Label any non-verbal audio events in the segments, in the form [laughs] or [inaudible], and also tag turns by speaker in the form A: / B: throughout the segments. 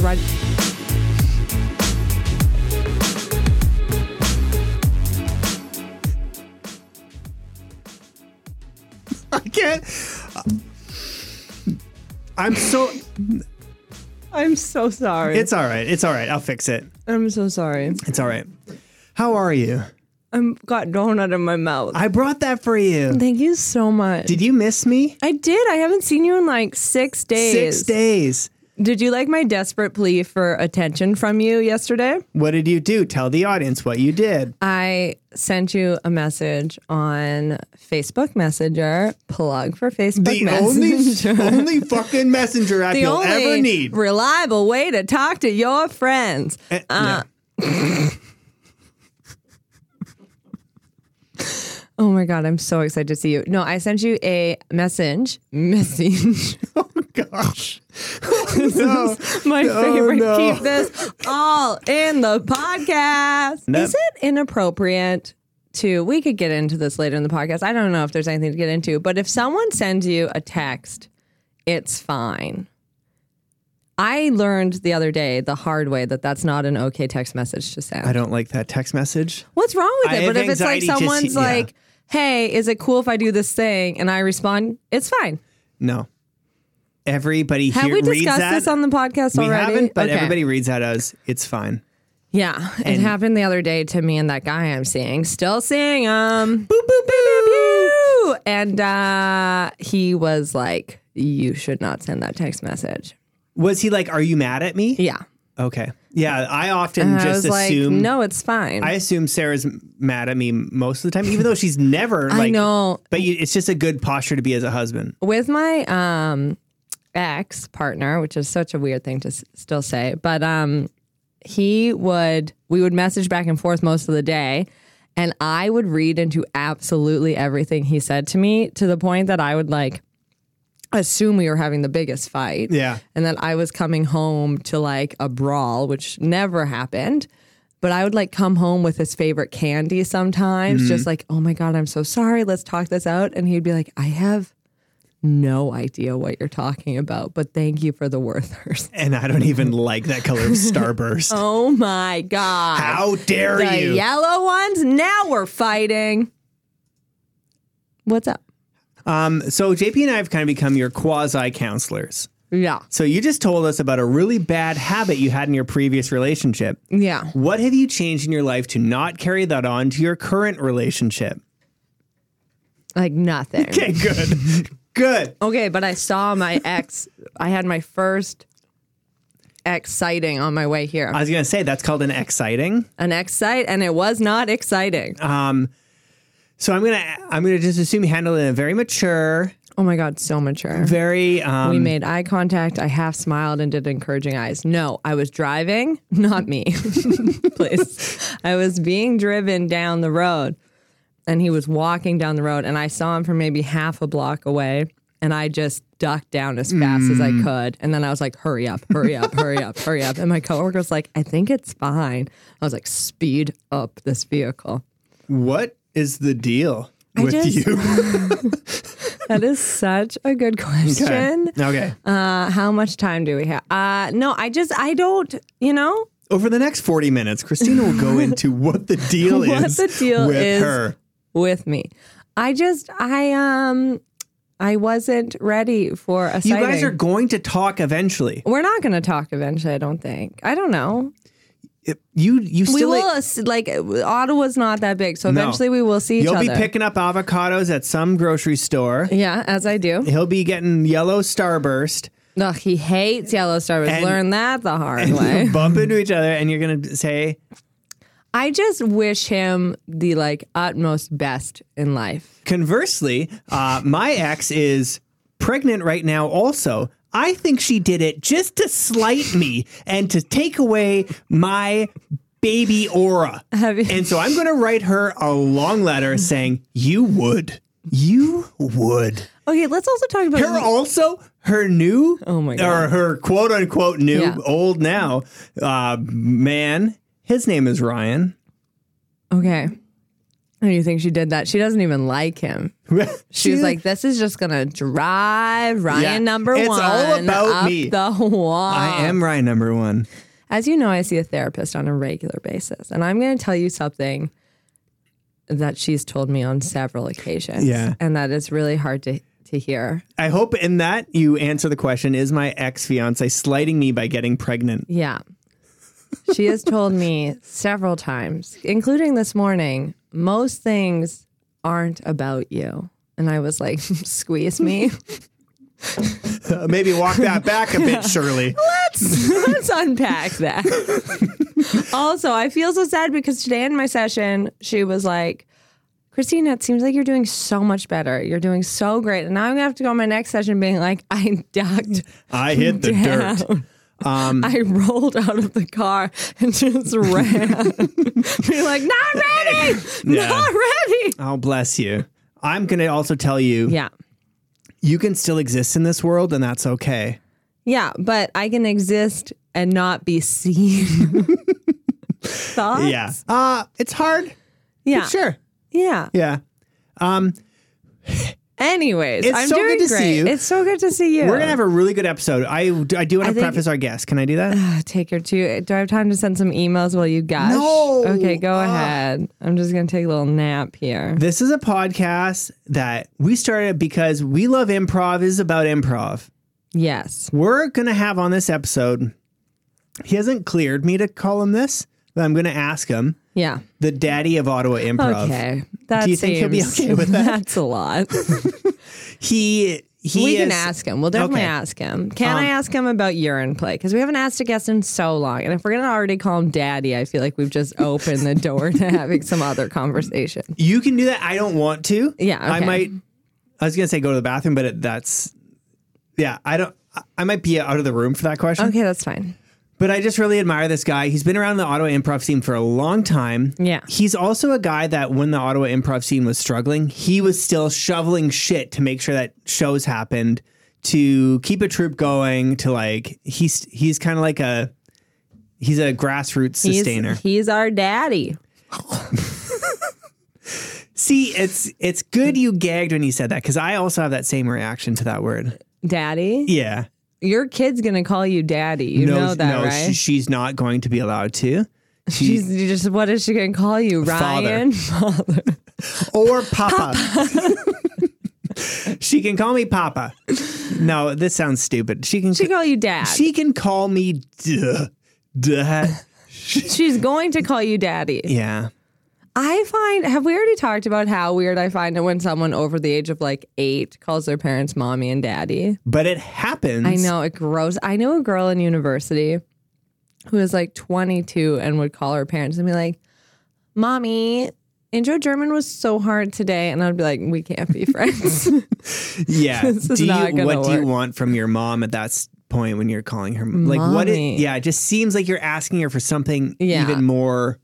A: right.
B: I can't. I'm so.
A: I'm so sorry.
B: It's all right. It's all right. I'll fix it.
A: I'm so sorry.
B: It's all right. How are you?
A: I've got donut in my mouth.
B: I brought that for you.
A: Thank you so much.
B: Did you miss me?
A: I did. I haven't seen you in like six days.
B: Six days.
A: Did you like my desperate plea for attention from you yesterday?
B: What did you do? Tell the audience what you did.
A: I sent you a message on Facebook Messenger. Plug for Facebook [laughs]
B: The
A: Messenger.
B: only, [laughs] only fucking messenger app
A: the
B: you'll
A: only
B: ever need.
A: reliable way to talk to your friends. Uh,
B: Eh, Uh, yeah.
A: Oh my god, I'm so excited to see you. No, I sent you a message. [laughs] Message.
B: [laughs] Oh gosh. no.
A: [laughs] my
B: Oh,
A: favorite.
B: no.
A: Keep this all in the podcast.
B: No.
A: Is it inappropriate to? We could get into this later in the podcast. I don't know if there's anything to get into, but if someone sends you a text, it's fine. I learned the other day the hard way that that's not an okay text message to send.
B: I don't like that text message.
A: What's wrong with
B: I
A: it?
B: have
A: But if it's like
B: anxiety just-
A: someone's
B: yeah.
A: like, "Hey, is it cool if I do this thing?" and I respond, "It's fine."
B: No. Everybody
A: Have
B: here
A: we
B: reads
A: discussed
B: that.
A: this on the podcast
B: we
A: already?
B: haven't, but
A: Okay.
B: everybody reads that as it's fine.
A: Yeah, it
B: And-
A: happened the other day to me and that guy I'm seeing. Still seeing him. Boop boop boop boop. boop. And uh, he was like, "You should not send that text message."
B: Was he like, "Are you mad at me?"
A: Yeah,
B: Okay. Yeah, I often
A: and I was
B: just assume
A: like, "No, it's fine."
B: I assume Sarah's m- mad at me most of the time, even though she's never. Like,
A: I know.
B: But you, it's just a good posture to be as a husband.
A: with my um ex partner, which is such a weird thing to s- still say, but um he would we would message back and forth most of the day and I would read into absolutely everything he said to me to the point that I would like assume we were having the biggest fight
B: Yeah.
A: and that I was coming home to like a brawl, which never happened. But I would like come home with his favorite candy sometimes,
B: Mm-hmm.
A: just like, oh my God, I'm so sorry. Let's talk this out. And he'd be like, I have no idea what you're talking about, but thank you for the Werthers. [laughs]
B: And I don't even like that color of Starburst.
A: Oh my God.
B: How dare
A: the
B: you?
A: yellow ones, now we're fighting. What's up?
B: Um, so JP and I have kind of become your quasi counselors.
A: Yeah.
B: So you just told us about a really bad habit you had in your previous relationship.
A: Yeah.
B: What have you changed in your life to not carry that on to your current relationship?
A: Like nothing.
B: Okay, [laughs] good. good.
A: Okay, but I saw my ex. I had my first ex sighting on my way here.
B: I was going to say that's called an exciting.
A: An ex sight, and it was not exciting.
B: So I'm going to I'm going to just assume you handled it in a very mature,
A: oh my God, so mature.
B: very um,
A: We made eye contact. I half smiled and did encouraging eyes. No, I was driving, [laughs] not me. Please. I was being driven down the road, and he was walking down the road, and I saw him from maybe half a block away. And I just ducked down as fast as I could. And then I was like, hurry up, hurry up, hurry up, hurry up. And my coworker was like, I think it's fine. I was like, speed up this vehicle.
B: What is the deal with
A: just-
B: you? [laughs]
A: That is such a good question.
B: Okay.
A: Uh, how much time do we have? Uh, no, I just, I don't, you know,
B: Over the next 40 minutes, Christina will
A: [laughs]
B: go into what the deal
A: What
B: is
A: the deal
B: with
A: is.
B: her.
A: with me. I just, I, um, I wasn't ready for a
B: You
A: sighting.
B: guys are going to talk eventually.
A: We're not going to talk eventually, I don't think. I don't know.
B: You you still
A: we will,
B: like-
A: ass- like, Ottawa's not that big. So eventually we will see each
B: you'll
A: other.
B: be picking up avocados at some grocery store.
A: yeah, as I do.
B: He'll be getting yellow starburst.
A: No, he hates yellow starburst.
B: And-
A: Learn that the hard way.
B: You'll [laughs] bump into each other and you're going to say,
A: I just wish him the like utmost best in life.
B: conversely, uh, my ex is pregnant right now also. I think she did it just to slight me and to take away my baby aura.
A: Have
B: [laughs]
A: you-
B: And so I'm going to write her a long letter saying, You would. You would.
A: Okay, let's also talk about
B: Her also, her new,
A: Oh my God.
B: or her quote unquote new,
A: Yeah.
B: old now [laughs] uh, man, his name is Ryan.
A: Okay. Who do you think she did that? She doesn't even like him. She was like, "This is just gonna drive Ryan
B: Yeah,
A: number
B: it's all
A: one
B: about
A: up
B: me.
A: the wall."
B: I am Ryan number one.
A: As you know, I see a therapist on a regular basis, and I'm going to tell you something that she's told me on several occasions.
B: Yeah.
A: and that is really hard to to hear.
B: I hope in that you answer the question Is my ex fiance slighting me by getting pregnant?
A: Yeah. She has told me several times, including this morning, most things aren't about you. And I was like, [laughs] squeeze me.
B: Uh, maybe walk that back a
A: [laughs]
B: bit, Shirley.
A: Let's unpack that.
B: [laughs]
A: also, I feel so sad because today in my session, she was like, Christina, it seems like you're doing so much better. You're doing so great. And now I'm going to have to go on my next session being like, I ducked
B: I hit the dirt.
A: down.
B: Um,
A: I rolled out of the car and just ran. [laughs] You're like, not ready,
B: Yeah.
A: not ready.
B: Oh, bless you. I'm going to also tell you
A: Yeah,
B: you can still exist in this world, and that's okay.
A: yeah, but I can exist and not be seen. [laughs] Thoughts?
B: Yeah. Uh, it's hard.
A: yeah,
B: Sure.
A: yeah.
B: Yeah.
A: Anyways,
B: It's
A: I'm
B: so
A: doing
B: good to see
A: great.
B: you.
A: It's so good to see you.
B: We're going to have a really good episode. I, I do want
A: I
B: to
A: think-
B: preface our guest. Can I do that?
A: Ah, [sighs] take your two. Do I have time to send some emails while you gush?
B: No.
A: Okay, go
B: Ah.
A: ahead. I'm just gonna take a little nap here.
B: This is a podcast that we started because we love improv, This is about improv.
A: Yes.
B: We're going to have on this episode, he hasn't cleared me to call him this, but I'm going to ask him
A: Yeah.
B: the daddy of Ottawa improv.
A: Okay. That
B: Do you think he'll be
A: seems-
B: okay with
A: [laughs]
B: that?
A: That's a lot.
B: He, [laughs] he
A: we can
B: is-
A: ask him. We'll definitely
B: Okay.
A: ask him. Can
B: Um,
A: I ask him about urine play? Because we haven't asked a guest in so long. And if we're going to already call him daddy, I feel like we've
B: [laughs]
A: just opened the door to having some other conversation.
B: You can do that. I don't want to.
A: Yeah,
B: I
A: okay.
B: might. I was gonna say go to the bathroom, but it, that's. Yeah, I don't. I- I might be out of the room for that question.
A: Okay, that's fine.
B: But I just really admire this guy. He's been around the Ottawa improv scene for a long time.
A: Yeah.
B: He's also a guy that when the Ottawa improv scene was struggling, he was still shoveling shit to make sure that shows happened, to keep a troupe going, to like he's he's kind of like a he's a grassroots
A: He's-
B: sustainer.
A: He's, our daddy.
B: See, it's it's good you gagged when you said that because I also have that same reaction to that word.
A: Daddy?
B: Yeah,
A: Your kid's going to call you daddy. You know that,
B: no,
A: right?
B: she- she's not going to be
A: [laughs]
B: allowed to. She
A: She's you just, what is she going to call you?
B: Father. [laughs]
A: Ryan? Father.
B: or Papa. [laughs] she can call me Papa. No, this sounds stupid. She can.
A: She can call you dad.
B: she can call me. Duh, duh.
A: She's going to call you daddy.
B: Yeah.
A: I find have we already talked about how weird I find it when someone over the age of like eight calls their parents mommy and daddy?
B: But it happens.
A: I know it gross. I knew a girl in university who was like 22 and would call her parents and be like, "Mommy, intro German was so hard today," and I'd be like, "We can't be [laughs]
B: [laughs]
A: friends."
B: Yeah.
A: [laughs] This is
B: do you,
A: not gonna
B: what do you
A: work.
B: want from your mom at that s- point when you're calling her? m- Like what? It,
A: Mommy.
B: yeah. It just seems like you're asking her for something
A: Yeah.
B: even more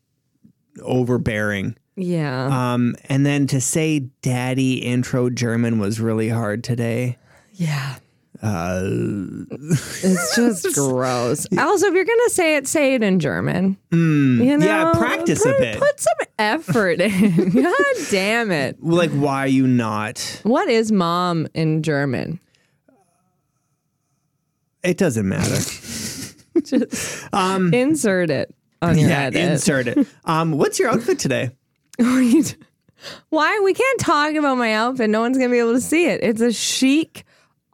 B: overbearing.
A: yeah,
B: Um, and then to say "daddy" intro German was really hard today.
A: yeah.
B: Uh, [laughs]
A: it's just gross. Also, if you're gonna say it, say it in German. you know,
B: Mm, yeah, practice a
A: put,
B: bit.
A: Put some effort in. [laughs] God damn it.
B: Like, why are you not?
A: What is mom in German?
B: It doesn't matter.
A: Insert it on your
B: Mm. yeah,
A: edit. [laughs]
B: insert it. Um, what's your outfit today?
A: Wait. Why? We can't talk about my outfit. No one's going to be able to see it. It's a chic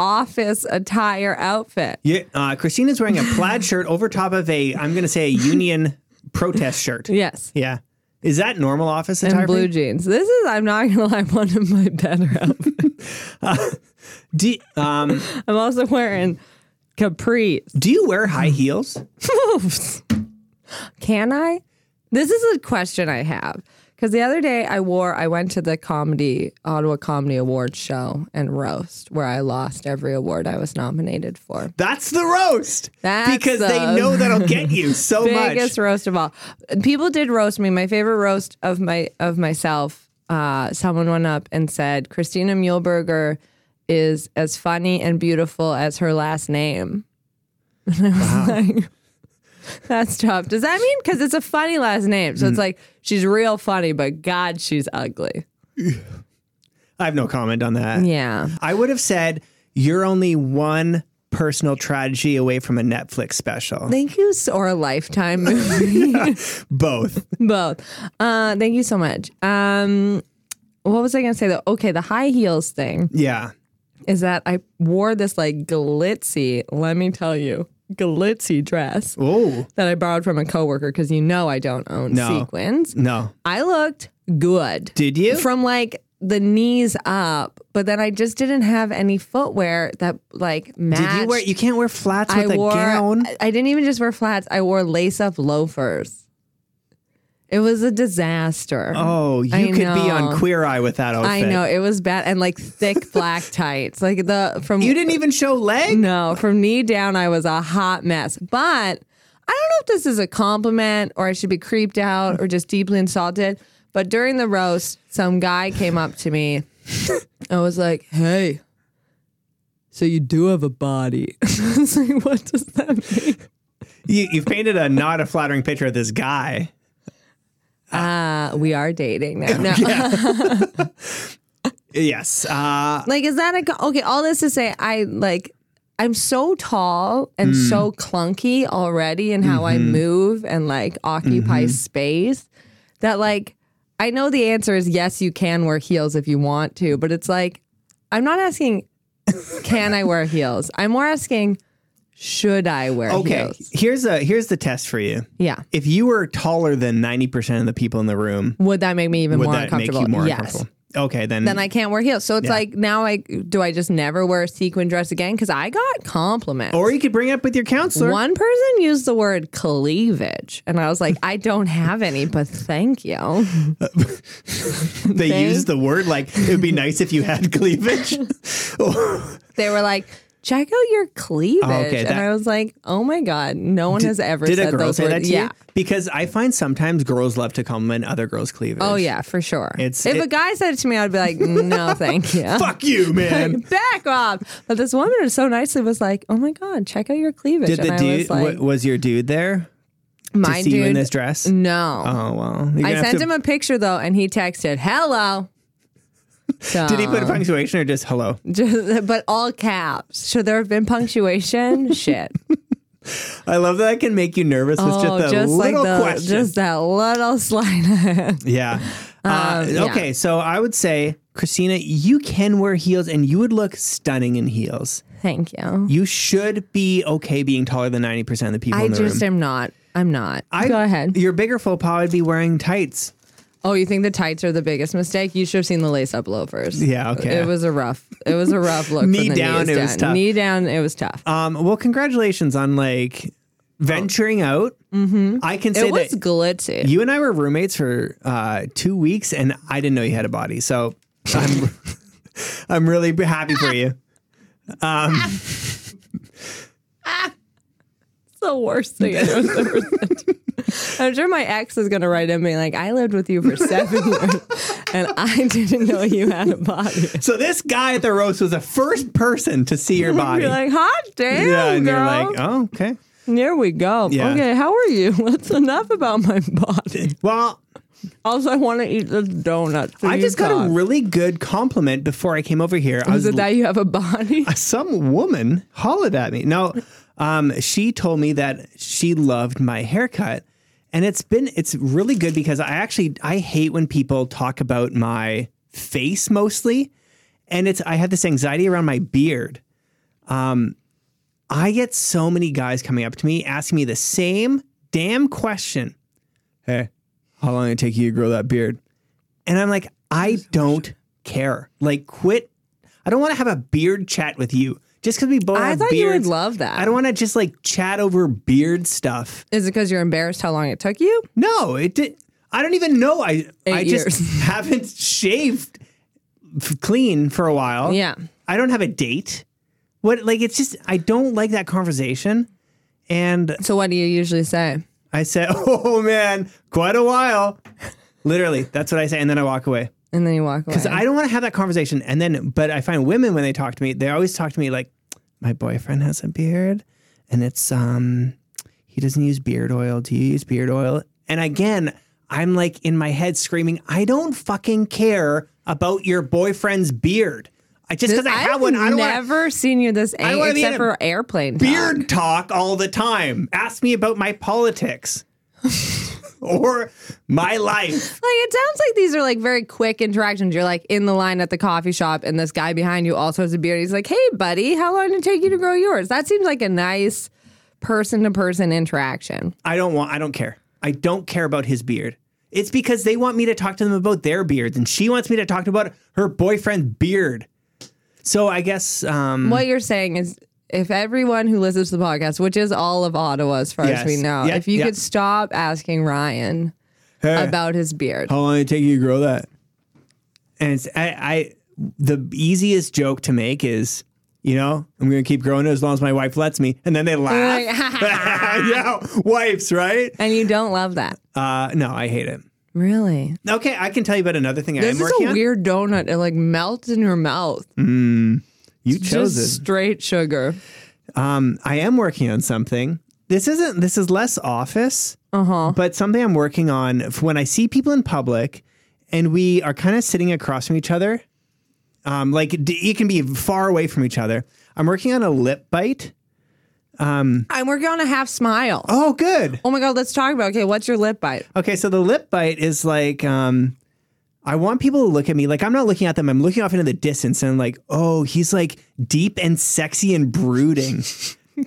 A: office attire outfit.
B: Yeah, uh, Christina's wearing a plaid shirt over top of a, I'm going to say, a union protest shirt.
A: Yes.
B: Yeah, is that normal office attire?
A: And
B: for you?
A: blue jeans. This is, I'm not going to lie, [laughs] one of my better outfits.
B: Do, um,
A: I'm also wearing capris.
B: do you wear high heels?
A: [laughs] Can I? This is a question I have. Because the other day I wore, I went to the comedy, Ottawa Comedy Awards show and roast where I lost every award I was nominated for.
B: That's the roast.
A: That's
B: because they
A: the
B: know that'll
A: [laughs]
B: get you so much.
A: biggest roast of all. People did roast me. My favorite roast of my of myself. Uh, someone went up and said Christina Muehlberger is as [laughs] funny and beautiful as her last name. And I was like, That's tough. Does that mean because it's a funny last name? So it's like she's real funny, but God, she's ugly.
B: I have no comment on that.
A: Yeah.
B: I would have said you're only one personal tragedy away from a Netflix special.
A: Thank you, s- or a lifetime movie. [laughs]
B: Both.
A: Both. Uh, thank you so much. Um, what was I going to say though? Okay, the high heels thing
B: Yeah.
A: is that I wore this like glitzy, let me tell you, glitzy dress
B: Oh.
A: that I borrowed from a coworker because you know I don't own
B: No.
A: sequins.
B: No.
A: I looked good.
B: Did you?
A: From like the knees up, but then I just didn't have any footwear that like matched.
B: Did you wear you can't wear flats with
A: I
B: a
A: wore.
B: gown?
A: I- I didn't even just wear flats. I wore lace up loafers. It was a disaster.
B: Oh, you
A: I
B: could be
A: know.
B: on Queer Eye with that outfit.
A: I know it was bad, and like
B: [laughs]
A: thick black tights, like the from
B: You didn't even show leg?
A: no from knee down. I was a hot mess, but. I don't know if this is a compliment or I should be creeped out or just deeply insulted. But during the roast, some guy came up to me and was like, Hey, so you do have a body. [laughs] I was like, What does that mean?
B: You, you've painted a not a flattering picture of this guy.
A: Uh, we are dating now. No.
B: Yes. Uh,
A: Like, is that a co- okay? All this to say, I like, I'm so tall and
B: Hmm.
A: so clunky already in how
B: Mm-hmm.
A: I move and like occupy space that like I know the answer is yes, you can wear heels if you want to, but it's like I'm not asking can I wear heels. I'm more asking should I wear
B: okay.
A: heels?
B: Here's a here's the test for you.
A: Yeah.
B: If you were taller than 90% of the people in the room,
A: Would that make me even
B: would
A: more
B: that make
A: uncomfortable?
B: you more
A: yes.
B: uncomfortable? Okay, then,
A: then I can't wear heels. So it's like now I do I just never wear a sequin dress again because I got compliments.
B: or you could bring it up with your counselor.
A: One person used the word cleavage, and I was like, I don't have any, but thank you.
B: they
A: thing.
B: use the word like it would be nice if
A: [laughs]
B: you had cleavage.
A: They were like, check out your cleavage,
B: Okay,
A: and
B: that-
A: I was like, oh my god, no one has ever
B: Did
A: said
B: a girl
A: those
B: say
A: words.
B: that to
A: yeah.
B: you? Because I find sometimes girls love to compliment other girls' cleavage.
A: Oh yeah, for sure.
B: It's-
A: if
B: it-
A: a guy said it to me, I'd be like, no, thank
B: [laughs]
A: you.
B: Fuck you, man.
A: [laughs] Back off. But this woman was so nicely was like, oh my god, check out your cleavage.
B: Did
A: and
B: the
A: I
B: dude
A: was like,
B: wa- was your dude there to
A: my
B: see you in
A: dude,
B: this dress?
A: no.
B: Oh well. You're gonna
A: I
B: have
A: sent
B: to-
A: him a picture though, and he texted, "Hello."
B: [laughs] Did he put a
A: So,
B: punctuation or just hello?
A: just- [laughs] but all caps? Should there have been
B: [laughs]
A: punctuation? Shit.
B: I love that I can make you nervous with
A: oh,
B: just a
A: just like
B: little
A: the,
B: question.
A: just that little slide.
B: Yeah. Uh,
A: Um, yeah.
B: Okay, so I would say, Christina, you can wear heels and you would look stunning in heels.
A: [laughs] Thank you.
B: You should be okay being taller than 90% of the people
A: I
B: in the
A: just
B: room.
A: am not. I'm not. Go ahead.
B: Your bigger faux pas would be wearing tights.
A: Oh, you think the tights are the biggest mistake? You should have seen the lace-up loafers.
B: Yeah, okay.
A: It was a rough. It was a rough look.
B: Knee
A: from the
B: down,
A: knees
B: it was
A: down.
B: tough.
A: Knee down. It was tough.
B: Um, well, congratulations on like venturing out. I can say
A: Mm-hmm. it was
B: that
A: glitzy.
B: you and I were roommates for uh, two weeks and I didn't know you had a body. So I'm, [laughs] I'm really happy for you.
A: the worst thing I've ever said. [laughs] I'm sure my ex is gonna write in me like, I lived with you for seven [laughs] years and I didn't know you had a body.
B: So this guy at the roast was the first person to see
A: [laughs]
B: your body.
A: You're like, hot damn,
B: yeah, and
A: girl.
B: you're like, oh, okay.
A: Here we go.
B: Yeah.
A: Okay, how are you? [laughs] That's enough about my body. [laughs]
B: Well,
A: Also, I want to eat this donut. So
B: I
A: you
B: just got
A: talk.
B: a really good compliment before I came over here. I
A: Is it that you have a body?
B: [laughs] some woman hollered at me. No, um, she told me that she loved my haircut, and it's been it's really good because I actually I hate when people talk about my face mostly, and it's I have this anxiety around my beard. Um, I get so many guys coming up to me asking me the same damn question. Hey, how long did it take you to grow that beard? And I'm like, I don't care. Like, quit. I don't want to have a beard chat with you just because we both
A: [laughs] I
B: have
A: thought you would
B: beards.
A: love that.
B: I don't want to just like chat over beard stuff.
A: Is it because you're embarrassed how long it took you?
B: No, it did. I don't even know. I I just
A: years. [laughs]
B: haven't shaved f- clean for a while.
A: Yeah.
B: I don't have a date. What like it's just I don't like that conversation. And
A: So what do you usually say?
B: I said, [laughs] "Oh man, quite a while." Literally, that's what I say, and then I walk away.
A: And then you walk away.
B: So I don't want to have that conversation. And then, but I find women when they talk to me, they always talk to me like, my boyfriend has a beard, and it's um, he he doesn't use beard oil. Do you use beard oil? And again, I'm like in my head screaming, I don't fucking care about your boyfriend's beard. I just because I have one, I don't want
A: never seen you this
B: don't
A: angry
B: wanna be
A: except
B: in a
A: for airplane. talk.
B: beard talk all the time. Ask me about my [laughs] politics or my life.
A: Like it sounds like these are like very quick interactions. You're like in the line at the coffee shop, and this guy behind you also has a beard. He's like, "Hey, buddy, how long did it take you to grow yours?" That seems like a nice person to person interaction.
B: I don't want. I don't care. I don't care about his beard. It's because they want me to talk to them about their beards, and she wants me to talk about her boyfriend's beard. So I guess um,
A: What you're saying is, if everyone who listens to the podcast, which is all of Ottawa as far
B: Yes.
A: as we know,
B: Yeah,
A: if you
B: yeah.
A: could stop asking Ryan about his beard,
B: How long did it take you to grow that? And it's, I, I, the easiest joke to make is, you know, I'm going to keep growing it as long as my wife lets me. And then they laugh. [laughs] yeah, wives, right?
A: and you don't love that,
B: Uh, no, I hate it.
A: really.
B: Okay, I can tell you about another thing
A: This
B: I'm
A: is
B: working
A: a
B: on.
A: weird donut. It like melts in your mouth.
B: Mm. you chose
A: Just
B: this.
A: straight sugar.
B: I am working on something. This isn't. This is less office, uh-huh. but something I'm working on f- when I see people in public, and we are kind of sitting across from each other. Um, like d- you can be far away from each other. I'm working on a lip bite.
A: I'm working on a half smile.
B: Oh, good.
A: Oh my god, let's talk about. Okay, what's your lip bite?
B: Okay, so the lip bite is like um I want people to look at me like I'm not looking at them. I'm looking off into the distance and I'm like, "Oh, he's like deep and sexy and brooding."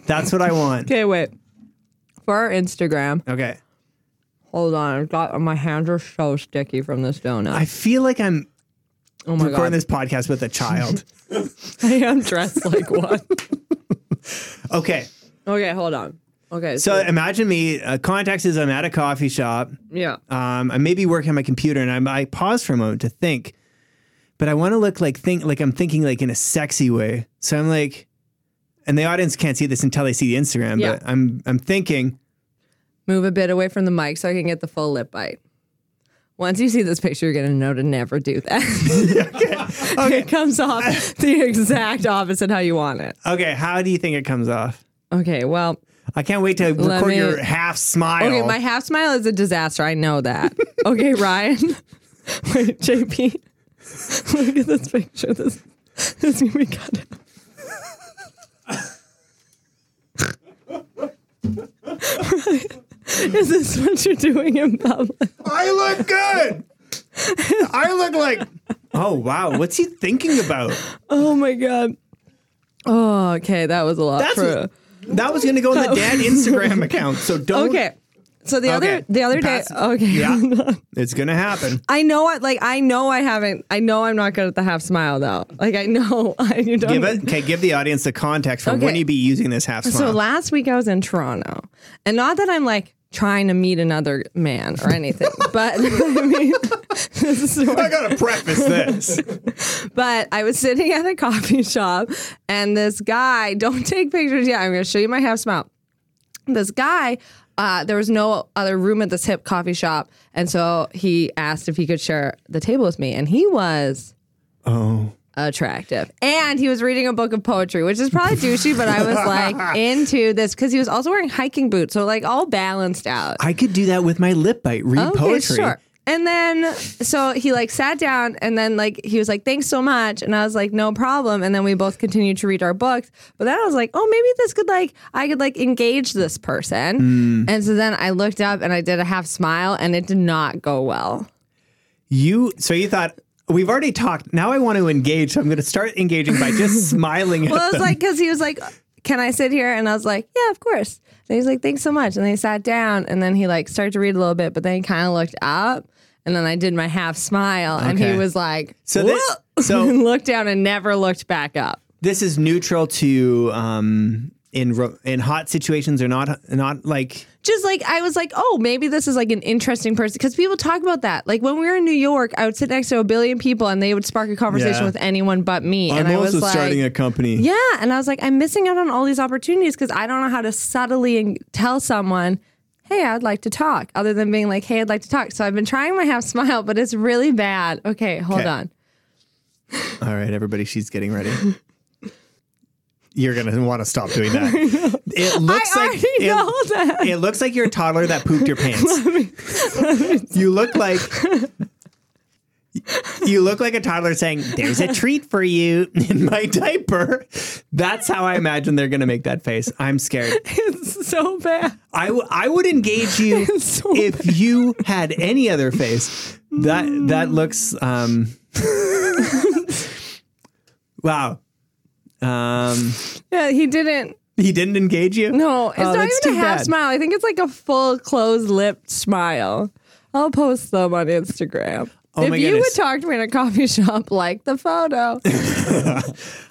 B: That's what I want.
A: Okay, wait. For our Instagram,
B: Okay.
A: hold on. I've got my hands are so sticky from this donut.
B: I feel like I'm
A: oh my god,
B: recording this podcast with a child.
A: [laughs] I am dressed like
B: [laughs]
A: one.
B: okay.
A: Okay, hold on. Okay,
B: So imagine me, uh, context is I'm at a coffee shop.
A: yeah,
B: Um, I may be working on my computer and I'm, I pause for a moment to think, but I want to look like think like I'm thinking like in a sexy way. So I'm like, and the audience can't see this until they see the Instagram,
A: Yeah.
B: but I'm I'm thinking,
A: move a bit away from the mic so I can get the full lip bite. Once you see this picture, you're gonna know to never do
B: [laughs]
A: that.
B: okay,
A: [laughs] it comes off the exact opposite how you want it.
B: okay, how do you think it comes off?
A: Okay, well,
B: I can't wait to record
A: me-
B: your half smile.
A: okay, my half smile is a disaster. I know
B: [laughs]
A: that. Okay, Ryan, [laughs] wait, JP, [laughs] look at this picture. This this is gonna be cut. out. Ryan, [laughs] Is this what you're doing in public?
B: I
A: [laughs]
B: look good. I look like. Oh wow, what's he thinking about?
A: Oh my god. Oh, okay. That was a lot.
B: That's
A: for-
B: that was going to go in the dad Instagram account. So don't.
A: okay. So the
B: Okay.
A: other the other
B: Pass-
A: day, okay. [laughs]
B: Yeah, it's going to happen.
A: I know I like I know I haven't. I know I'm not good at the half smile though. Like I know [laughs] I you don't.
B: Give it. Okay, give the audience the context for when
A: Okay.
B: you be using this half smile.
A: So last week I was in Toronto, and not that I'm like trying to meet another man or anything, but [laughs] I mean, this is sort of-
B: I gotta preface this.
A: but I was sitting at a coffee [laughs] shop, and this guy. [laughs] Don't take pictures yet. I'm going to show you my half smile. This guy. Uh, there was no other room at this hip coffee shop, and so he asked if he could share the table with me, and he was
B: oh,
A: attractive. And he was reading a book of poetry, which is probably douchey, but I was like into this because he was also wearing hiking boots. So, like, all balanced out.
B: [laughs] I could do that with my lip bite. Read poetry.
A: And then, so he like sat down and then, like, he was like, thanks so much. And I was like, no problem. And then we both continued to read our books. But then I was like, oh, maybe this could, like, I could, like, engage this person. And so then I looked up and I did a half smile and it did not go well.
B: You. So you thought we've already talked. Now I want to engage. So I'm gonna start engaging
A: [laughs]
B: by just smiling.
A: Well,
B: at
A: it was
B: them.
A: like because he was like, "Can I sit here?" And I was like, "Yeah, of course." And he's like, "Thanks so much." And then he sat down, and then he like started to read a little bit, but then he kind of looked up, and then I did my half smile, and
B: Okay.
A: he was like,
B: So thi-
A: "Whoa,"
B: so-
A: [laughs] and looked down and never looked back up.
B: this is neutral to um in ro- in hot situations or not not like
A: just like I was like, oh, maybe this is like an interesting person because people talk about that. Like when we were in New York, I would sit next to a billion people and they would spark a conversation
B: Yeah.
A: with anyone but me. and I was like,
B: company.
A: yeah, and I was like, I'm missing out on all these opportunities because I don't know how to subtly and tell someone, hey, I'd like to talk, other than being like, hey, I'd like to talk. So I've been trying my half smile, but it's really bad. Okay, hold
B: Okay.
A: on. [laughs]
B: All right, everybody, she's getting ready. you're gonna want to stop doing
A: [laughs]
B: that. It looks
A: I
B: like
A: already know [laughs] that.
B: it, it looks like you're a toddler that
A: [laughs]
B: pooped your pants. you look like you look like a toddler saying, "There's a treat for you in my diaper." That's how I imagine they're gonna make that face. I'm scared.
A: It's so bad.
B: I, w- I would engage you
A: [laughs] It's so
B: if you had any other face. That that looks um [laughs] wow. Um
A: Yeah, he didn't.
B: he didn't engage you?
A: No, it's
B: Oh,
A: not
B: that's
A: even a
B: too
A: half
B: bad.
A: smile. I think it's like a full closed lipped smile. I'll post them on Instagram.
B: Oh
A: if
B: my
A: you
B: goodness.
A: would talk to me in a coffee [laughs] shop, like the photo.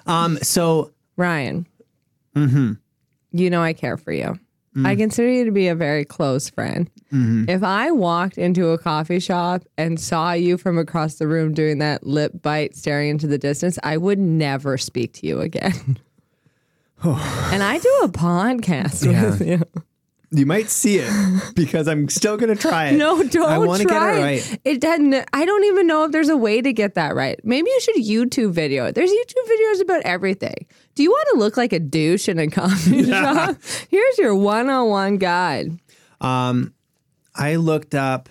B: Um so
A: Ryan, you know I care for you. I consider you to be a very close friend. If I walked into a coffee shop and saw you from across the room doing that lip bite, staring into the distance, I would never speak to you again. And I do a podcast with you.
B: you might see it because I'm still gonna try
A: [laughs]
B: it.
A: No, don't
B: I wanna get it
A: try
B: right.
A: It doesn't. I don't even know if there's a way to get that right. Maybe you should YouTube video it. There's YouTube videos about everything. Do you want to look like a douche in a
B: [laughs]
A: coffee shop? Here's your one-on-one guide.
B: I looked up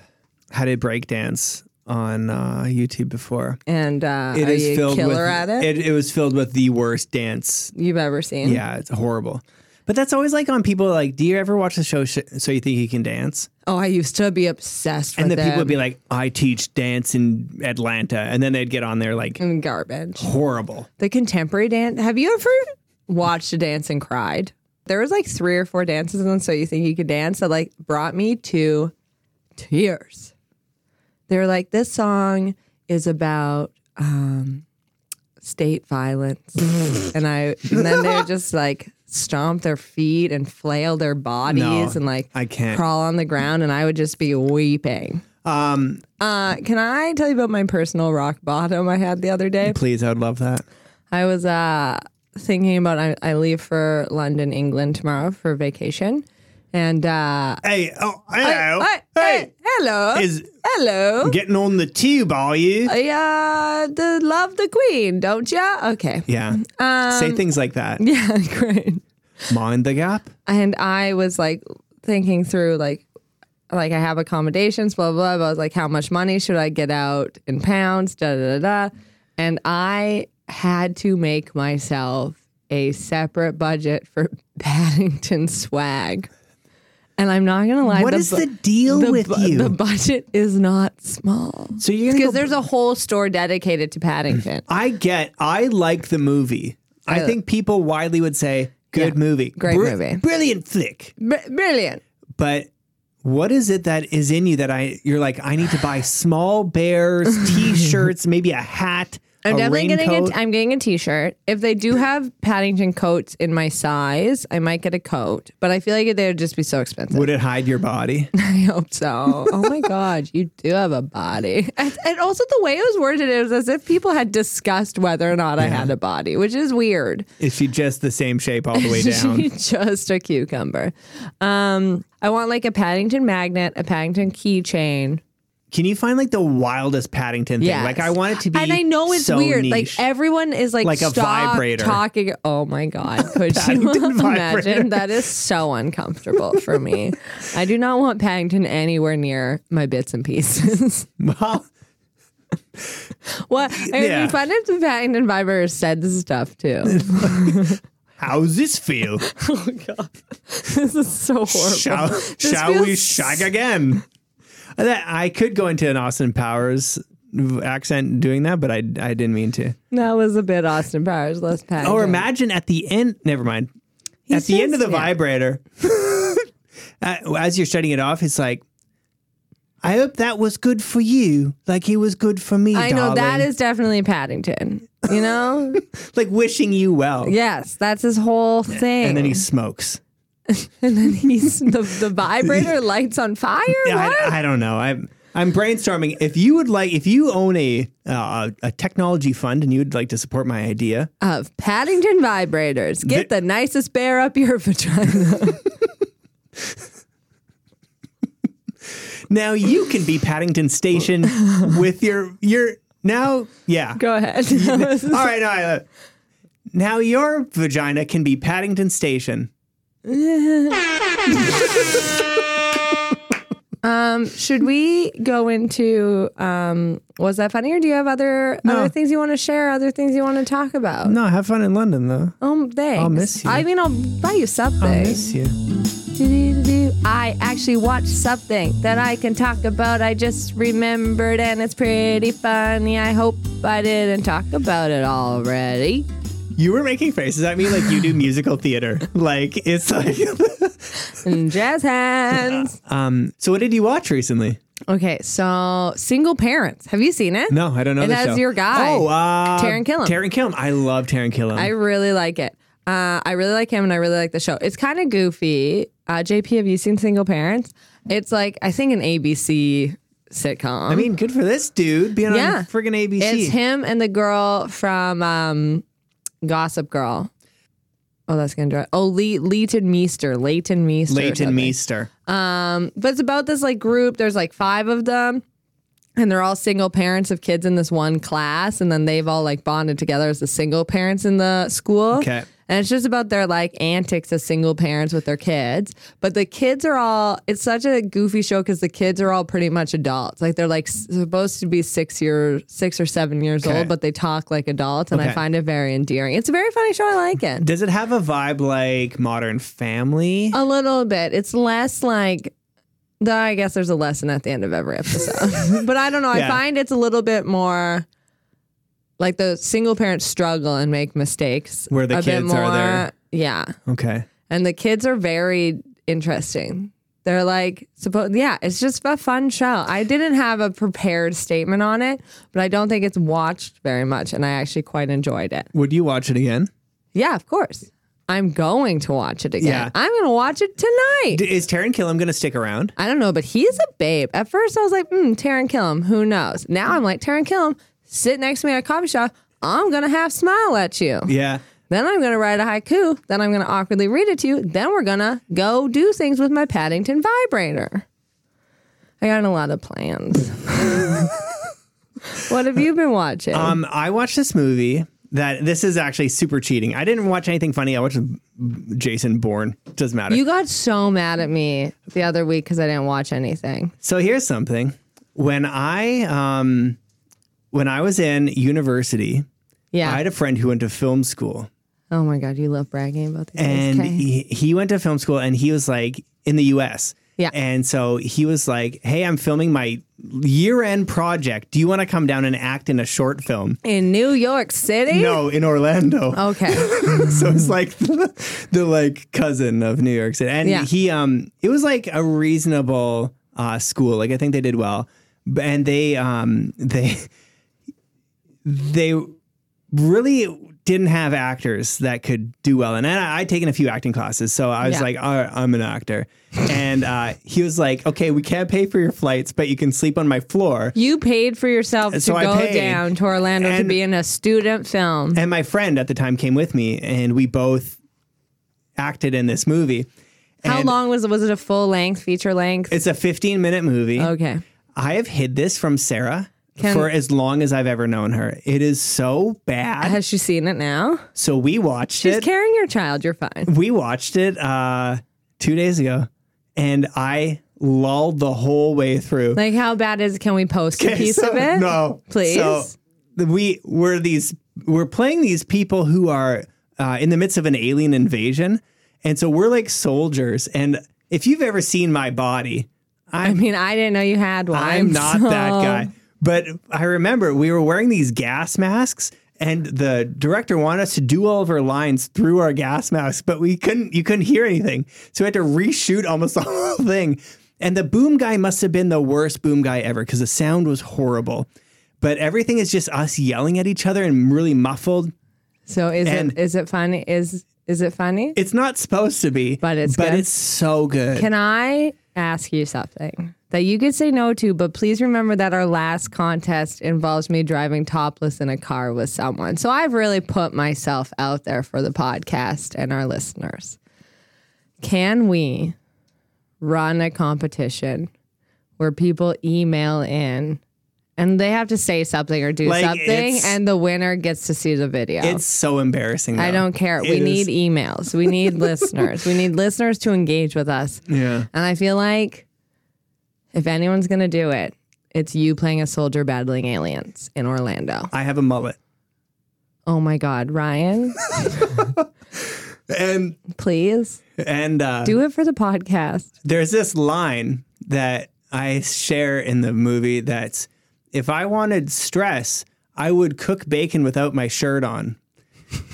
B: how to break dance on uh, YouTube before.
A: And uh,
B: It
A: are
B: is
A: you
B: filled
A: killer
B: with
A: at it,
B: it it was filled with the worst dance
A: you've ever seen?
B: Yeah, it's horrible. But that's always like on people like, do you ever watch the show sh- So You Think You Can Dance?
A: Oh, I used to be obsessed
B: And
A: with
B: the people would
A: them.
B: be like, I teach dance in Atlanta. And then they'd get on there like,
A: And Mm, garbage.
B: horrible.
A: The contemporary dance. Have you ever watched a dance and cried? There was like three or four dances on So You Think You Could Dance that like brought me to tears. They were like, this song is about um, state
B: [laughs]
A: violence, and I and then they would just like stomp their feet and flail their bodies
B: No,
A: and like
B: I can't.
A: crawl on the ground, and I would just be weeping.
B: Um,
A: Uh, can I tell you about my personal rock bottom I had the other day?
B: please, I would love that.
A: I was uh, thinking about I, I leave for London, England tomorrow for vacation, and uh,
B: Hey, oh, hello.
A: I-
B: hey,
A: hello,
B: is
A: hello.
B: getting on the tube, are you?
A: Yeah, the love the queen, don't ya? Okay,
B: yeah. Say things like that.
A: Um, [laughs] yeah, great.
B: Mind the gap.
A: and I was like thinking through like like I have accommodations, blah blah. blah. But I was like, how much money should I get out in pounds? Da da da. da. And I had to make myself a separate budget for [laughs] Paddington swag. And I'm not gonna lie,
B: What is the deal with
A: bu-
B: you?
A: The budget is not small
B: so you're going
A: because
B: to go.
A: there's a whole store dedicated to Paddington.
B: I get, I like the movie. I, think people widely would say, good
A: Yeah,
B: movie.
A: great movie.
B: Brilliant flick.
A: Br- brilliant.
B: but what is it that is in you that I you're like I need to buy small bears
A: [laughs]
B: t-shirts maybe a hat
A: I'm
B: a
A: definitely
B: raincoat.
A: getting a. I'm getting a T-shirt. If they do have Paddington coats in my size, I might get a coat. But I feel like they would just be so expensive.
B: would it hide your body
A: [laughs] I hope so. Oh
B: [laughs]
A: my god, you do have a body. And, and also the way it was worded, it was as if people had discussed whether or not I had a body, which is weird.
B: is she just the same shape all the way down
A: [laughs] She's just a cucumber. Um, I want like a Paddington magnet, a Paddington keychain.
B: can you find like the wildest Paddington thing
A: Yeah,
B: like I want it to be
A: and I know it's
B: so
A: weird.
B: niche.
A: Like everyone is like,
B: Like a
A: stop
B: vibrator.
A: talking. Oh my
B: [laughs]
A: god, could you
B: Paddington vibrator.
A: imagine? That is so uncomfortable for me. I do not want Paddington anywhere near my bits and pieces. [laughs]
B: well
A: what? It would
B: Yeah.
A: be fun if the Paddington vibrator said this stuff
B: [laughs]
A: too.
B: how's this feel
A: oh god, this is so horrible. [laughs]
B: shall
A: This
B: shall we
A: feels-
B: shag again That- I could go into an Austin Powers accent doing that but I I didn't mean to
A: That was a bit Austin Powers, less Paddington.
B: Or imagine at the end. Never mind. at the end of
A: says-
B: the
A: yeah.
B: vibrator, [laughs] uh, as you're shutting it off, it's like, "I hope that was good for you, like it was good for me."
A: I know that
B: darling."
A: is definitely Paddington. You
B: [laughs]
A: know,
B: like wishing you well.
A: yes, that's his whole thing. [laughs]
B: And then he smokes.
A: And then he's the, the
B: [laughs]
A: vibrator lights on fire. What?
B: I, I don't know. I'm I'm brainstorming. If you would like, if you own a uh, a technology fund and you would like to support my idea,
A: Of Paddington vibrators. Get the, nicest bear up your [laughs] vagina.
B: now you can be
A: [laughs]
B: Paddington Station with your your now. Yeah.
A: [laughs] Go ahead.
B: All right. All right. Now your vagina can be Paddington Station.
A: Should we go into um was that funny or do you have other
B: No.
A: other things you want to share, other things you want to talk about?
B: No, have fun in London though.
A: Oh, thanks.
B: miss you.
A: I mean, I'll buy you something.
B: I miss you.
A: Do-do-do-do. I actually watched something that I can talk about. I just remembered, and it's pretty funny. I hope I didn't talk about it already.
B: You were making faces at me like you do musical [laughs] theater. Like it's like. [laughs]
A: And jazz hands.
B: um. So what did you watch recently?
A: Okay, so single parents. Have you seen it?
B: No, I don't know.
A: It
B: the
A: has
B: show.
A: your guy,
B: Oh, uh,
A: Taron Killam.
B: Taron Killam. I love Taron Killam.
A: I really like it. Uh, I really like him, and I really like the show. It's kind of goofy. Uh, JP, have you seen Single Parents? It's like I think an ABC sitcom.
B: I mean, good for this dude being
A: Yeah.
B: on friggin' ABC.
A: It's him and the girl from um, Gossip Girl. Oh, that's gonna drive. Oh, Le- Leighton Meester, Leighton Meester, or
B: Leighton
A: something.
B: Meester.
A: Um, but it's about this like group. There's like five of them, and they're all single parents of kids in this one class, and then they've all like bonded together as the single parents in the school.
B: Okay.
A: And it's just about their like antics as single parents with their kids. But the kids are all, it's such a goofy show because the kids are all pretty much adults. Like they're like s- supposed to be six year, six or seven years
B: Okay.
A: old, but they talk like adults. And I
B: Okay.
A: find it very endearing. It's a very funny show. I like it.
B: Does it have a vibe like Modern Family?
A: A little bit. It's less like though I guess there's a lesson at the end of every episode. [laughs] but I don't know.
B: Yeah.
A: I find it's a little bit more like the single parents struggle and make mistakes.
B: Where the
A: a bit
B: kids are
A: more-
B: there.
A: Yeah.
B: Okay.
A: And the kids are very interesting. They're like supposed yeah, it's just a fun show. I didn't have a prepared statement on it, but I don't think it's watched very much and I actually quite enjoyed it.
B: Would you watch it again?
A: Yeah, of course. I'm going to watch it again.
B: Yeah.
A: I'm going to watch it tonight.
B: D- is Taron Killam going to stick around?
A: I don't know, but he's a babe. At first, I was like, hmm, Taron Killam, who knows? Now I'm like, Taron Killam, sit next to me at a coffee shop. I'm going to half smile at you.
B: Yeah.
A: Then I'm going to write a haiku. Then I'm going to awkwardly read it to you. Then we're going to go do things with my Paddington vibrator. I got a lot of plans. [laughs] what have you been watching?
B: Um, I watched this movie that this is actually super cheating. I didn't watch anything funny. I watched Jason Bourne. Doesn't matter.
A: you got so mad at me the other week because I didn't watch anything.
B: So here's something. When I um, when I was in university,
A: Yeah.
B: I had a friend who went to film school,
A: oh my God, you love bragging about these things.
B: and
A: Okay.
B: he, he went to film school, and he was like in the U.S.
A: Yeah.
B: And so he was like, "Hey, I'm filming my year-end project. Do you want to come down and act in a short
A: [laughs]
B: film?"
A: In New York City?
B: No, in Orlando. [laughs]
A: Okay. [laughs]
B: so it's like the, like cousin of New York City, and
A: Yeah.
B: he um it was like a reasonable uh, school. Like I think they did well, B- and they um they they really didn't have actors that could do well. And I, I'd taken a few acting classes, so I was
A: Yeah.
B: like, All right, I'm an actor, and uh, he was like, okay, we can't pay for your flights, but you can sleep on my floor.
A: You paid for yourself
B: So
A: to
B: I
A: go
B: paid.
A: down to Orlando to
B: And-
A: be in a student film.
B: And my friend at the time came with me, and we both acted in this movie.
A: How
B: and-
A: long was it? Was it a full length, feature length?
B: It's a 15 minute movie.
A: okay.
B: I have hid this from Sarah
A: Can-
B: for as long as I've ever known her. It is so bad.
A: Has she seen it now?
B: so we watched
A: She's
B: it.
A: carrying your child. You're fine.
B: we watched it uh, two days ago, and I lulled the whole way through.
A: Like, how bad is it? Can we post a
B: Okay,
A: piece
B: [laughs] so-
A: of it?
B: No,
A: Please?
B: So th- we we're these we're playing these people who are uh, in the midst of an alien invasion, and so we're like soldiers. And if you've ever seen my body,
A: I mean, I didn't know you had one.
B: I'm not that
A: so-
B: guy. But I remember we were wearing these gas masks and the director wanted us to do all of our lines through our gas masks, but we couldn't you couldn't hear anything. So we had to reshoot almost [laughs] the whole thing. And the boom guy must have been the worst boom guy ever because the sound was horrible. But everything is just us yelling at each other and really muffled.
A: So is
B: And-
A: it is it funny? Is is it funny?
B: It's not supposed to be,
A: But it's
B: but
A: good.
B: it's so good.
A: Can I ask you something that you could say no to, but please remember that our last contest involves me driving topless in a car with someone. So I've really put myself out there for the podcast and our listeners. Can we run a competition where people email in And they have to say something or do
B: Like,
A: something,
B: it's-
A: and the winner gets to see the video.
B: It's so embarrassing.
A: I
B: though.
A: don't care. we
B: It is-
A: need emails. We
B: [laughs]
A: need listeners. We need listeners to engage with us.
B: Yeah.
A: And I feel like if anyone's going to do it, it's you playing a soldier battling aliens in Orlando.
B: I have a mullet.
A: Oh my God, Ryan, [laughs]
B: And
A: please
B: and uh,
A: do it for the podcast.
B: there's this line that I share in the movie that's if I wanted stress, I would cook bacon without my shirt on. [laughs]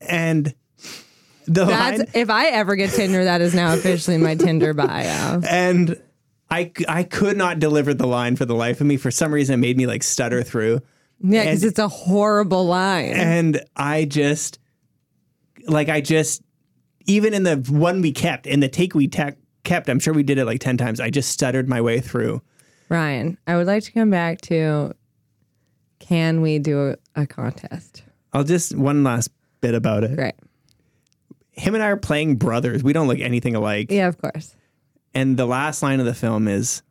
B: and the
A: That's
B: line
A: if I ever get Tinder, that is now officially my Tinder bio.
B: and I, I could not deliver the line for the life of me. For some reason, it made me like stutter through.
A: Yeah, because it's a horrible line.
B: And I just, like, I just, even in the one we kept, in the take we te- kept, I'm sure we did it like 10 times, I just stuttered my way through.
A: Ryan, I would like to come back to can we do a, a contest?
B: I'll just, one last bit about it.
A: Great.
B: Him and I are playing brothers. We don't look anything alike.
A: Yeah, of course.
B: And the last line of the film is,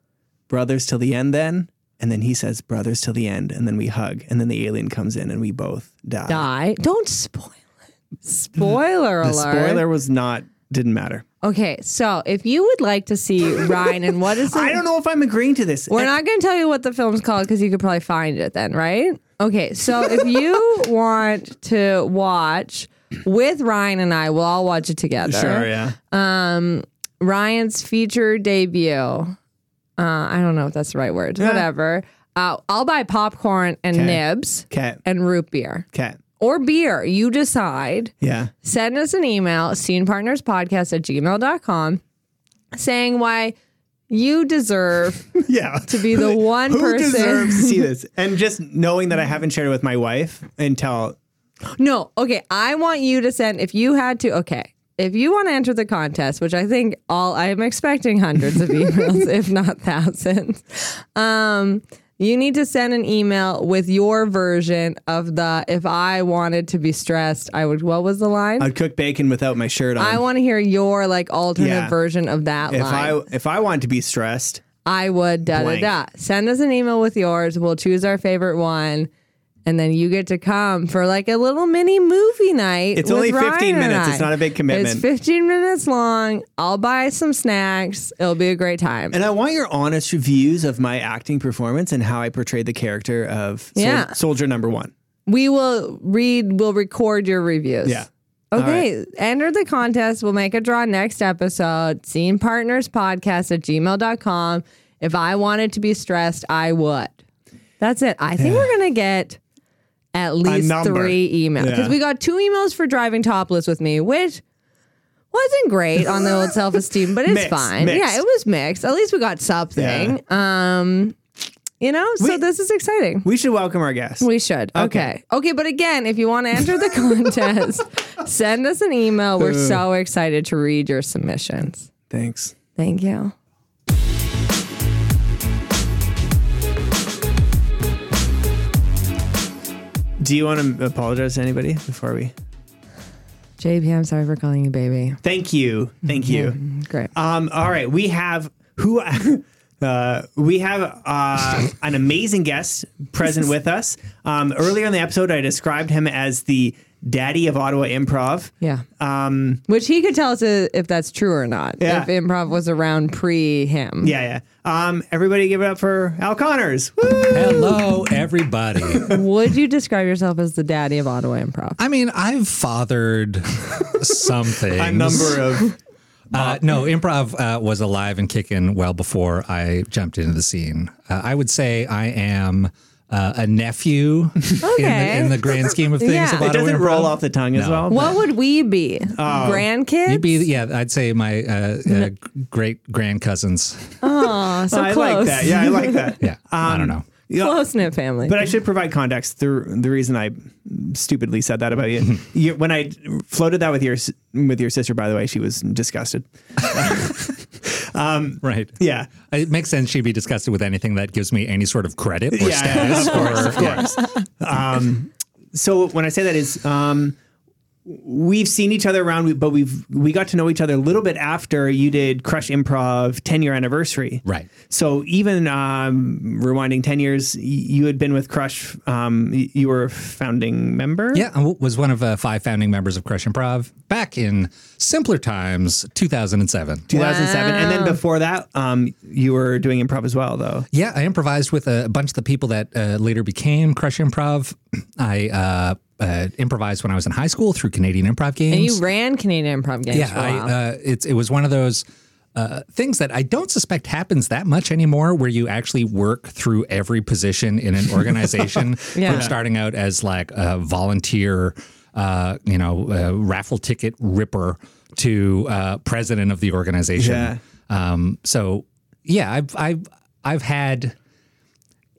B: brothers till the end then. And then he says, brothers till the end. And then we hug. And then the alien comes in and we both
A: Die. Don't spoil it. Spoiler
B: The
A: alert.
B: spoiler was not didn't matter.
A: Okay, so if you would like to see Ryan and what
B: [laughs]
A: is
B: I
A: it?
B: don't know if I'm agreeing to this.
A: We're not going to tell you what the film's called because you could probably find it then, right? Okay, so if
B: [laughs]
A: you want to watch with Ryan and I, we'll all watch it together.
B: sure, yeah.
A: Ryan's feature debut. Uh, I don't know if that's the right word. Whatever. Uh, I'll buy popcorn and nibs
B: Cat,
A: and root beer
B: cat,
A: or beer. You decide.
B: yeah.
A: send us an email, scenepartnerspodcast at gmail.com, saying why you deserve
B: Yeah.
A: [laughs] to be the one
B: [laughs] Who
A: person.
B: deserves to
A: [laughs]
B: see this? And just knowing that I haven't shared it with my wife until
A: No, okay. I want you to send, if you had to, okay. If you want to enter the contest, which I think all I am expecting hundreds of emails, if not thousands, um, you need to send an email with your version of the if I wanted to be stressed, I would. What was the line?
B: I'd cook bacon without my shirt on.
A: I want to hear your like alternate
B: Yeah.
A: version of that
B: if
A: line.
B: I if I want to be stressed,
A: I would da
B: Blank.
A: da da. Send us an email with yours. We'll choose our favorite one. And then you get to come for like a little mini movie night.
B: It's
A: with
B: only 15
A: Ryan and
B: minutes.
A: I.
B: It's not a big commitment.
A: It's 15 minutes long. I'll buy some snacks. It'll be a great time.
B: and I want your honest reviews of my acting performance and how I portrayed the character of Sol-
A: Yeah.
B: Soldier Number One.
A: we will read, we'll record your reviews.
B: Yeah.
A: Okay. Enter the contest. We'll make a draw next episode. Scene Partners Podcast at gmail.com. If I wanted to be stressed, I would. That's it. I think we're going to get at least
B: number.
A: three emails because
B: Yeah.
A: we got two emails for driving topless with me, which wasn't great on the
B: [laughs]
A: old self esteem, but it's
B: Mixed,
A: fine.
B: mixed.
A: Yeah, it was mixed. At least we got something. Um, you know, so
B: We-
A: this is exciting.
B: We should welcome our guest.
A: We should. Okay. okay. but again, if you want to enter the [laughs] contest, send us an email. We're
B: Uh.
A: so excited to read your submissions.
B: Thanks.
A: Thank you.
B: Do you want to apologize to anybody before we?
A: JP, I'm sorry for calling you baby. Mm,
B: Thank you. Thank you.
A: Great.
B: Um, all right, we have who [laughs] uh, we have uh, an amazing guest present with us. Um, earlier in the episode, I described him as the daddy of Ottawa improv.
A: Yeah.
B: Um,
A: Which he could tell us uh, if that's true or not.
B: Yeah.
A: If improv was around pre him.
B: yeah, yeah. Um, everybody, give it up for Al Connors. Woo!
C: Hello, everybody.
A: Would you describe yourself as the daddy of Ottawa improv?
C: [laughs] I mean, I've fathered something.
B: [laughs] A number of
C: Uh, no, improv uh, was alive and kicking well before I jumped into the scene. Uh, I would say I am uh, a nephew in,
A: Okay.
C: the, in the grand scheme of things.
A: Yeah.
C: of
A: It
B: it
C: Ottawa
B: doesn't
C: improv.
B: roll off the tongue as well.
A: What would we be?
B: Oh.
A: Grandkids?
C: You'd be, yeah, I'd say my uh,
A: Mm-hmm.
C: uh, great grand cousins.
A: Aw, so
B: Oh, I
A: close.
B: like that. Yeah, I like that.
C: Yeah, I
B: Um,
C: don't know.
B: Yeah.
A: Close knit family.
B: But I should provide context. The the reason I stupidly said that about
C: [laughs]
B: you, you when I floated that with your s- with your sister, by the way, she was disgusted.
C: Right.
B: Yeah,
C: It makes sense she'd be disgusted with anything that gives me any sort of credit or
B: Yeah, [laughs]
C: status.
B: of course,
C: or,
B: of course. um, so when I say that is, um, we've seen each other around, but we've we got to know each other a little bit after you did Crush Improv 10 year anniversary.
C: Right.
B: So even um, rewinding 10 years, y- you had been with Crush. Um, y- you were a founding member.
C: Yeah, I w- was one of uh, five founding members of Crush Improv back in simpler times, 2007.
B: 2007. And then before that, um, you were doing improv as well, though.
C: Yeah, I improvised with a bunch of the people that uh, later became Crush Improv. I uh, uh, improvised when I was in high school through Canadian improv games.
A: And you ran Canadian improv games
C: yeah,
A: for a
C: I,
A: while.
C: uh, it's it was one of those. Uh, things that I don't suspect happens that much anymore, where you actually work through every position in an organization
A: Yeah.
C: from starting out as like a volunteer, uh, you know, uh, raffle ticket ripper to uh, president of the organization.
B: Yeah.
C: Um, so yeah, I've I've I've had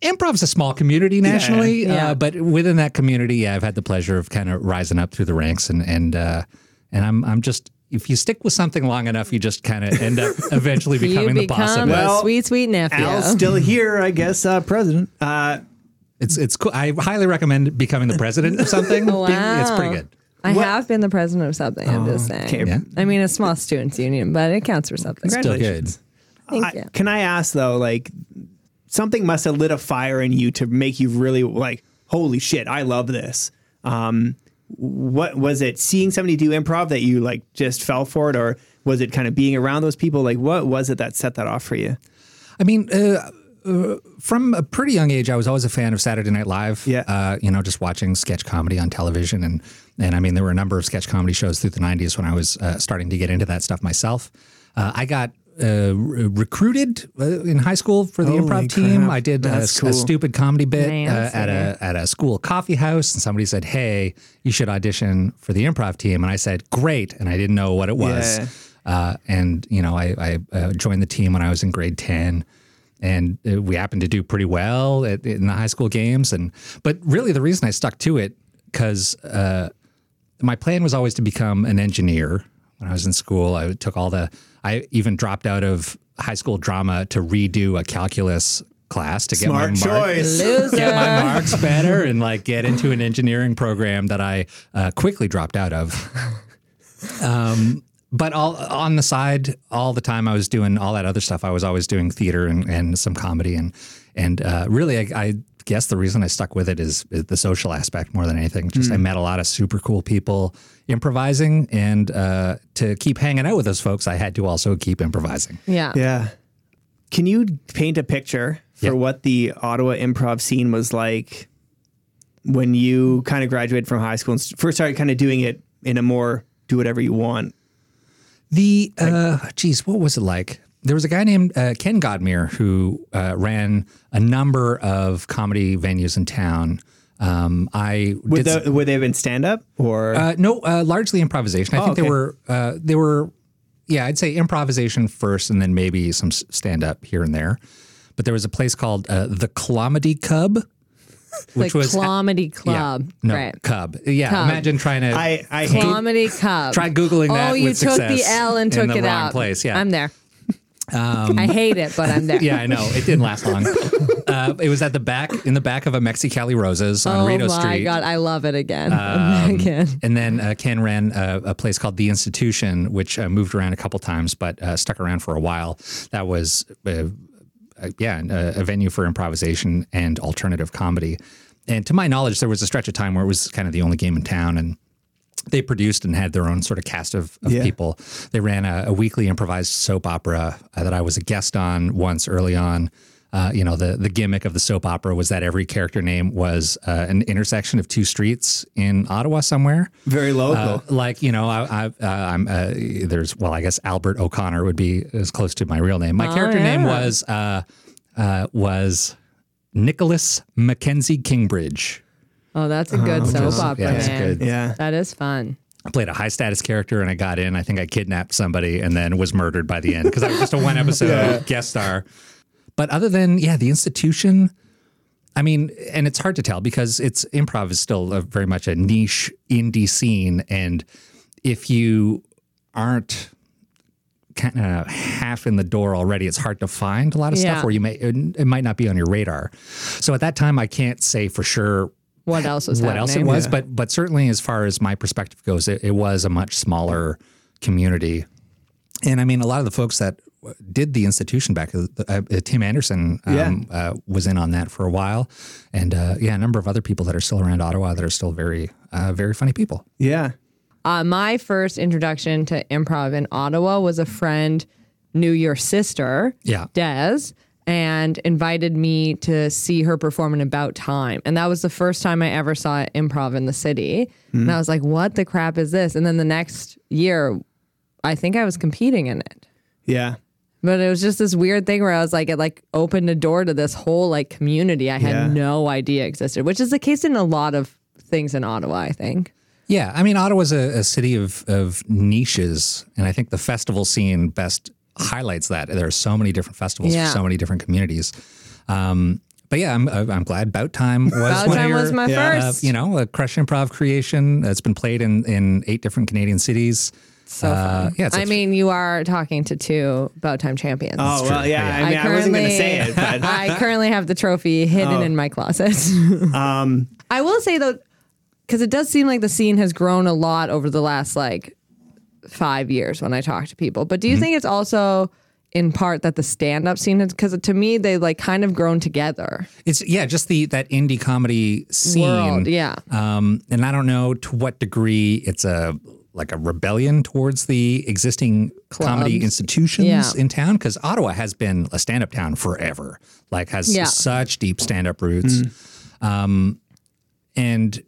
C: improv's a small community nationally,
A: Yeah.
C: Uh, but within that community, yeah, I've had the pleasure of kind of rising up through the ranks, and and uh, and I'm I'm just if you stick with something long enough, you just kind of
A: [laughs]
C: end up eventually
A: you
C: becoming the boss
A: become
C: of it.
B: Well,
A: a sweet, sweet nephew.
B: Al's still here, I guess, uh, president. Uh,
C: It's it's cool. I highly recommend becoming the president
A: [laughs]
C: of something.
A: Wow.
C: It's pretty good.
A: I have been the president of something. I'm just
C: Oh,
A: saying.
B: okay. Yeah.
A: I mean, a small students union, but it counts for something.
C: Still
B: Congratulations.
C: good.
A: Thank
B: I-
A: you.
B: Can I ask though, like something must have lit a fire in you to make you really like, holy shit, I love this. Um, what was it? Seeing somebody do improv that you like just fell for it, or was it kind of being around those people? Like, what was it that set that off for you?
C: I mean, uh, uh, from a pretty young age, I was always a fan of Saturday Night Live.
B: Yeah.
C: Uh, you know, just watching sketch comedy on television, and and I mean, there were a number of sketch comedy shows through the '90s when I was uh, starting to get into that stuff myself. Uh, I got. Uh, re- recruited uh, in high school for the
B: Holy
C: improv team.
B: crap.
C: I did a,
B: That's
C: s-
B: cool.
C: a stupid comedy bit uh,
A: Fancy.
C: at a at a school coffee house, and somebody said, "Hey, you should audition for the improv team." And I said, "Great!" And I didn't know what it was.
B: Yeah.
C: Uh, and you know, I, I uh, joined the team when I was in grade ten, and uh, we happened to do pretty well at, in the high school games. And but really, the reason I stuck to it because my plan was always to become an engineer. When I was in school, I took all the. I even dropped out of high school drama to redo a calculus class to
B: Smart
C: get my mark-
B: choice.
C: get
A: Loser.
C: my marks better and like get into an engineering program that I uh, quickly dropped out of. Um, but all on the side, all the time I was doing all that other stuff. I was always doing theater and, and some comedy and and uh, really, I, I guess the reason I stuck with it is, is the social aspect more than anything. Just I met a lot of super cool people improvising, and uh, to keep hanging out with those folks, I had to also keep improvising.
A: Yeah.
B: Yeah. Can you paint a picture for
C: Yeah.
B: what the Ottawa improv scene was like when you kind of graduated from high school and s- first started kind of doing it in a more do whatever you want
C: The uh, geez, what was it like? There was a guy named uh, Ken Godmere who uh, ran a number of comedy venues in town. Um, I
B: Would,
C: did s-
B: the, would they have been stand up or
C: uh, no, uh, largely improvisation. I think
B: Oh, okay.
C: there were uh, there were, yeah, I'd say improvisation first, and then maybe some stand up here and there. But there was a place called uh, the Clomedy Cub,
A: Like
C: which was
A: Comedy
C: yeah,
A: Club.
C: no
A: Right.
C: Cub. Yeah, imagine trying to
B: I, I hate
A: Comedy Club.
C: try googling that.
A: Oh, you
C: with
A: took the
C: success
A: L and
C: in
A: took
C: the
A: it
C: wrong
A: out.
C: Place, yeah. Um,
A: I'm there. I hate it, but I'm there.
C: [laughs] [laughs] Yeah, I know. It didn't
B: [laughs]
C: last long. uh, it was at the back in the back of a Mexi Cali Roses on
A: Oh
C: Rito
A: my
C: Street. Uh,
A: god, I love it again. again.
C: And then uh, Ken ran a, a place called The Institution, which uh, moved around a couple times, but uh, stuck around for a while. That was, uh, uh, yeah, a, a venue for improvisation and alternative comedy. And to my knowledge, there was a stretch of time where it was kind of the only game in town, and they produced and had their own sort of cast of, of
B: Yeah.
C: people. They ran a, a weekly improvised soap opera uh, that I was a guest on once early on. Uh, you know, the the gimmick of the soap opera was that every character name was uh, an intersection of two streets in Ottawa somewhere.
B: very local.
C: Uh, like you know, I, I, uh, I'm uh, there's well, I guess Albert O'Connor would be as close to my real name. My character name
A: yeah.
C: was uh, uh, was Nicholas Mackenzie Kingbridge.
A: [laughs] Oh, that's a good soap opera,
C: Uh-huh. yeah, it's
A: man.
C: good.
B: yeah.
A: That is fun.
C: I played a high status character and I got in. I think I kidnapped somebody and then was murdered by the end because I was just a one episode guest star. But other than yeah, the institution, I mean, and it's hard to tell because it's improv is still a, very much a niche indie scene, and if you aren't kind of half in the door already, it's hard to find a lot of
A: Yeah.
C: stuff where you may it, it might not be on your radar. So at that time, I can't say for sure
A: what else was
C: what else it
A: happening.
C: was, but but certainly as far as my perspective goes, it, it was a much smaller community. And I mean, a lot of the folks that w- did the institution back, uh, uh, Tim Anderson um, uh, was in on that for a while, and uh, yeah, a number of other people that are still around Ottawa that are still very uh, very funny people.
B: Yeah.
A: Uh, my first introduction to improv in Ottawa was a friend knew your sister,
C: Yeah.
A: Des, and invited me to see her perform in About Time. And that was the first time I ever saw improv in the city. And I was like, what the crap is this? And then the next year, I think I was competing in it.
B: Yeah.
A: But it was just this weird thing where I was like, it like opened a door to this whole like community I had
B: Yeah.
A: no idea existed, which is the case in a lot of things in Ottawa, I think.
C: Yeah, I mean, Ottawa's a, a city of of niches, and I think the festival scene best highlights that. There are so many different festivals
A: Yeah.
C: for so many different communities. Um, but yeah, I'm I'm glad Bout Time was
A: About
C: one of
A: Time
C: your-
A: was my
B: yeah,
A: first.
C: uh, you know, a crush improv creation that's been played in, in eight different Canadian cities.
A: So fun.
C: Uh, yeah, it's
A: I
C: a-
A: mean, you are talking to two bout time champions.
B: Oh well, yeah. I mean, I, wasn't going to say it,
A: [laughs]
B: but Oh.
A: I currently have the trophy hidden in my closet. [laughs]
B: um,
A: I will say though, because it does seem like the scene has grown a lot over the last like five years when I talk to people. But do
B: Mm-hmm.
A: you think it's also in part that the stand-up scene has because to me they like kind of grown together
C: It's yeah, just the that indie comedy scene.
A: world yeah
C: Um, and I don't know to what degree it's a like a rebellion towards the existing comedy
A: Clubs.
C: institutions
A: Yeah.
C: in town because Ottawa has been a stand-up town forever. Like has
A: Yeah.
C: such deep stand-up roots, um, and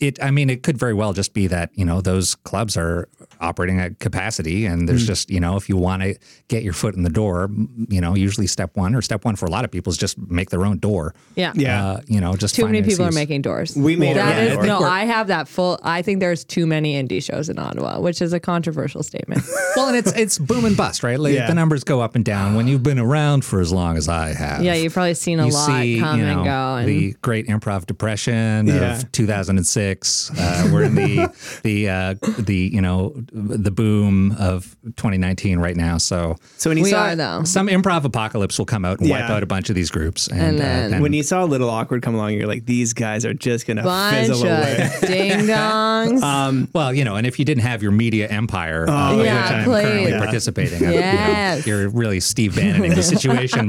C: it. I mean, it could very well just be that you know those clubs are operating at capacity, and there's just you know if you want to get your foot in the door, m- you know usually step one or step one for a lot of people is just make their own door.
A: yeah
B: yeah.
C: Uh, you know, just
A: too many
C: find an
A: people are
C: excuse.
A: making doors
B: We made
A: that
B: our own
A: is-
B: door.
A: no i have that full i think there's too many indie shows in ottawa which is a controversial
C: [laughs]
A: statement
C: well, and it's it's boom and bust, right? Like
B: Yeah.
C: the numbers go up and down. When you've been around for as long as I have,
A: Yeah, you've probably seen a
C: you
A: lot
C: see,
A: come
C: you know,
A: and go. And
C: the great improv depression
B: Yeah.
C: of 2006. Uh, we're in
B: [laughs]
C: the the uh, the you know the boom of 2019 right now. So
B: So when you
A: we
B: saw
A: are though.
C: some improv apocalypse will come out and wipe
B: Yeah.
C: out a bunch of these groups, and,
A: And
C: uh,
A: then-
B: when you saw Little Awkward come along, you're like, these guys are just going to
A: Bunch
B: fizzle away.
A: [laughs] of ding
C: [laughs]
A: dongs.
C: Well, you know, and if you didn't have your media empire, uh,
A: Oh, Yeah,
C: which I'm
A: please.
C: currently
A: Yeah.
C: participating in,
A: Yes.
C: you are really Steve Bannoning the situation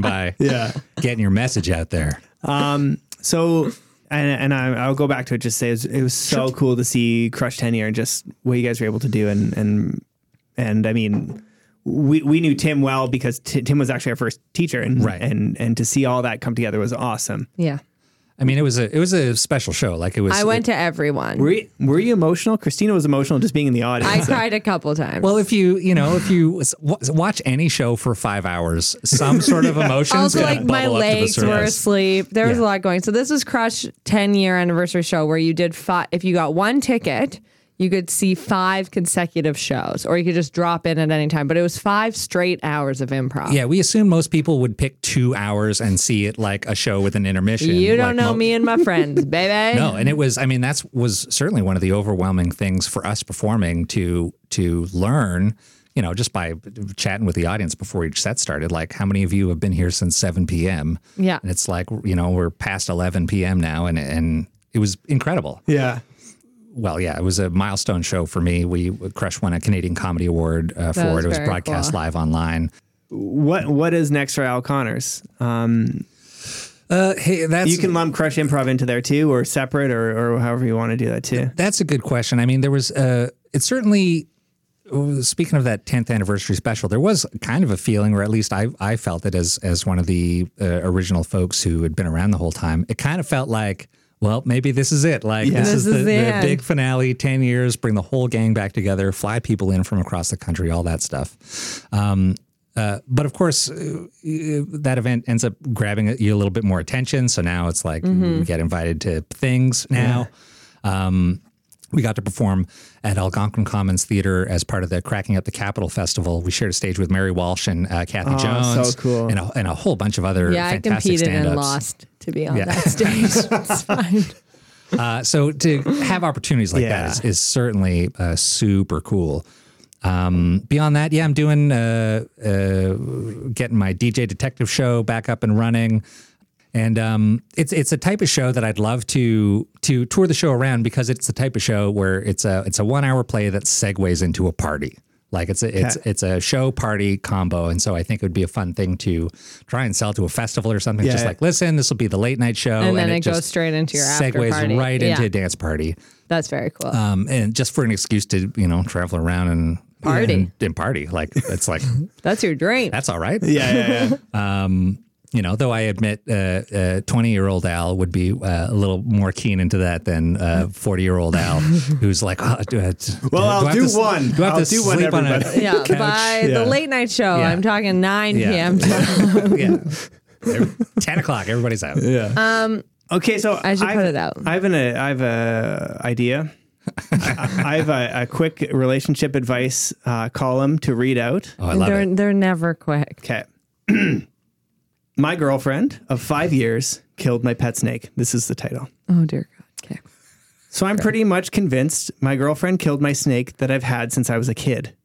A: [laughs]
C: by
B: Yeah.
C: getting your message out there.
B: So, and and I, I'll go back to it. Just say it was, it was so cool to see Crush Ten Year and just what you guys were able to do. And and and I mean, we we knew Tim well because Ti- Tim was actually our first teacher, and
C: Right.
B: and and to see all that come together was awesome.
A: yeah.
C: I mean, it was a it was a special show. Like it was.
A: I went to everyone.
B: Were you, were you emotional? Christina was emotional just being in the
A: I
B: audience.
A: cried a couple times.
C: well, if you you know if you s- wa- watch any show for five hours, some sort
A: [laughs]
C: of emotion is
A: also,
C: going
A: like
C: to
A: my
C: bubble up to the
A: legs were
C: surface.
A: asleep. There was a
C: Yeah.
A: lot going. So this was Crush 10 year anniversary show where you did five. If you got one ticket, you could see five consecutive shows, or you could just drop in at any time. But it was five straight hours of improv.
C: Yeah, we assumed most people would pick two hours and see it like a show with an intermission.
A: You
C: like
A: don't know
C: mo-
A: me and my
C: [laughs]
A: friends, baby.
C: No, and it was. I mean, that's was certainly one of the overwhelming things for us performing to to learn. You know, just by chatting with the audience before each set started, like how many of you have been here since seven p.m.
A: Yeah.
C: and it's like you know we're past eleven p.m. now, and and it was incredible.
B: yeah.
C: Well, yeah, it was a milestone show for me. We Crush won a Canadian Comedy Award uh, for
A: was
C: it. It was
A: very
C: broadcast
A: cool.
C: live online.
B: What what is next for Al Connors?
C: Uh, hey, that's
B: You can lump Crush Improv into there too, or separate, or or however you want to do that too.
C: That's a good question. I mean, there was uh, it certainly. Speaking of that 10th anniversary special, there was kind of a feeling, or at least I, I felt it as as one of the uh, original folks who had been around the whole time. It kind of felt like, well, maybe this is it. Like this,
A: This
C: is,
A: is
C: the,
A: the
C: the
A: end.
C: big finale. Ten years, bring the whole gang back together, fly people in from across the country, all that stuff. Um, uh, but of course, uh, that event ends up grabbing you a little bit more attention. So now it's like
A: Mm-hmm.
C: you get invited to things now. Um, we got to perform at Algonquin Commons Theater as part of the Cracking Up the Capitol Festival. We shared a stage with Mary Walsh and uh, Kathy
B: so
C: Jones,
B: cool.
C: and, a, and a whole bunch of other
A: Yeah, I
C: fantastic
A: competed
C: stand-ups.
A: and lost to be on
C: Yeah.
A: that stage. [laughs] it's fine.
C: Uh, so to have opportunities like
B: Yeah.
C: that is, is certainly uh, super cool. Um, beyond that, yeah, I'm doing uh, uh, getting my DJ detective show back up and running. And um, it's it's a type of show that I'd love to to tour the show around because it's the type of show where it's a it's a one hour play that segues into a party. Like it's a it's it's a show party combo, and so I think it would be a fun thing to try and sell to a festival or something. Just
B: Yeah.
C: like, listen, this will be the late night show,
A: And then it goes
C: Oh, just
A: straight into your after
C: segues
A: party.
C: right
A: Yeah.
C: into a dance party,
A: That's very cool.
C: um, and just for an excuse to you know travel around and
A: Party.
C: and, and party. Like that's like [laughs]
A: That's your dream.
C: that's all right. Um,
B: Yeah, yeah, yeah.
C: you know, though I admit, uh, twenty-year-old Al would be uh, a little more keen into that than uh, forty-year-old
A: [laughs]
C: Al, who's like, oh, do, I- do-
B: Well, I'll
C: I have
B: do
C: to s-
B: one.
C: Do I have
B: I'll
C: to
B: do one,
C: sleep on a
B: everybody."
A: yeah,
C: couch?
A: by
B: Yeah.
A: the late night show,
C: Yeah.
A: I'm talking 9
C: Yeah. [laughs]
A: p.m. time.
C: yeah,
A: [laughs]
C: Every- ten o'clock, everybody's out.
B: Okay, so
A: I should
B: I've-
A: put it out.
B: I've an uh, I've a
A: [laughs]
B: idea. I have a, a quick relationship advice uh, column to read out.
C: Oh, I love
A: they're
C: it.
A: they're never quick.
B: Okay. [clears throat] my girlfriend of five years killed my pet snake. This is the title.
A: Oh dear God. Okay.
B: So I'm pretty much convinced my girlfriend killed my snake that I've had since I was a kid.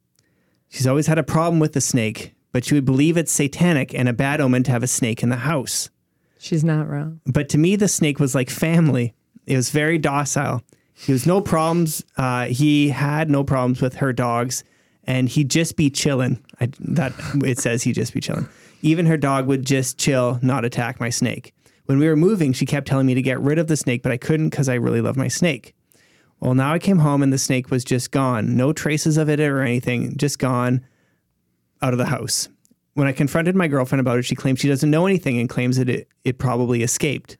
B: She's always had a problem with the snake, but she would believe it's satanic and a bad omen to have a snake in the house.
A: She's not wrong.
B: But to me, the snake was like family. It was very docile. He was no problems. Uh, he had no problems with her dogs, and he'd just be chilling. I, that it says he'd just be chilling. Even her dog would just chill, not attack my snake. When we were moving, she kept telling me to get rid of the snake, but I couldn't because I really love my snake. Well, now I came home and the snake was just gone. No traces of it or anything, just gone out of the house. When I confronted my girlfriend about it, she claims she doesn't know anything and claims that it, it probably escaped.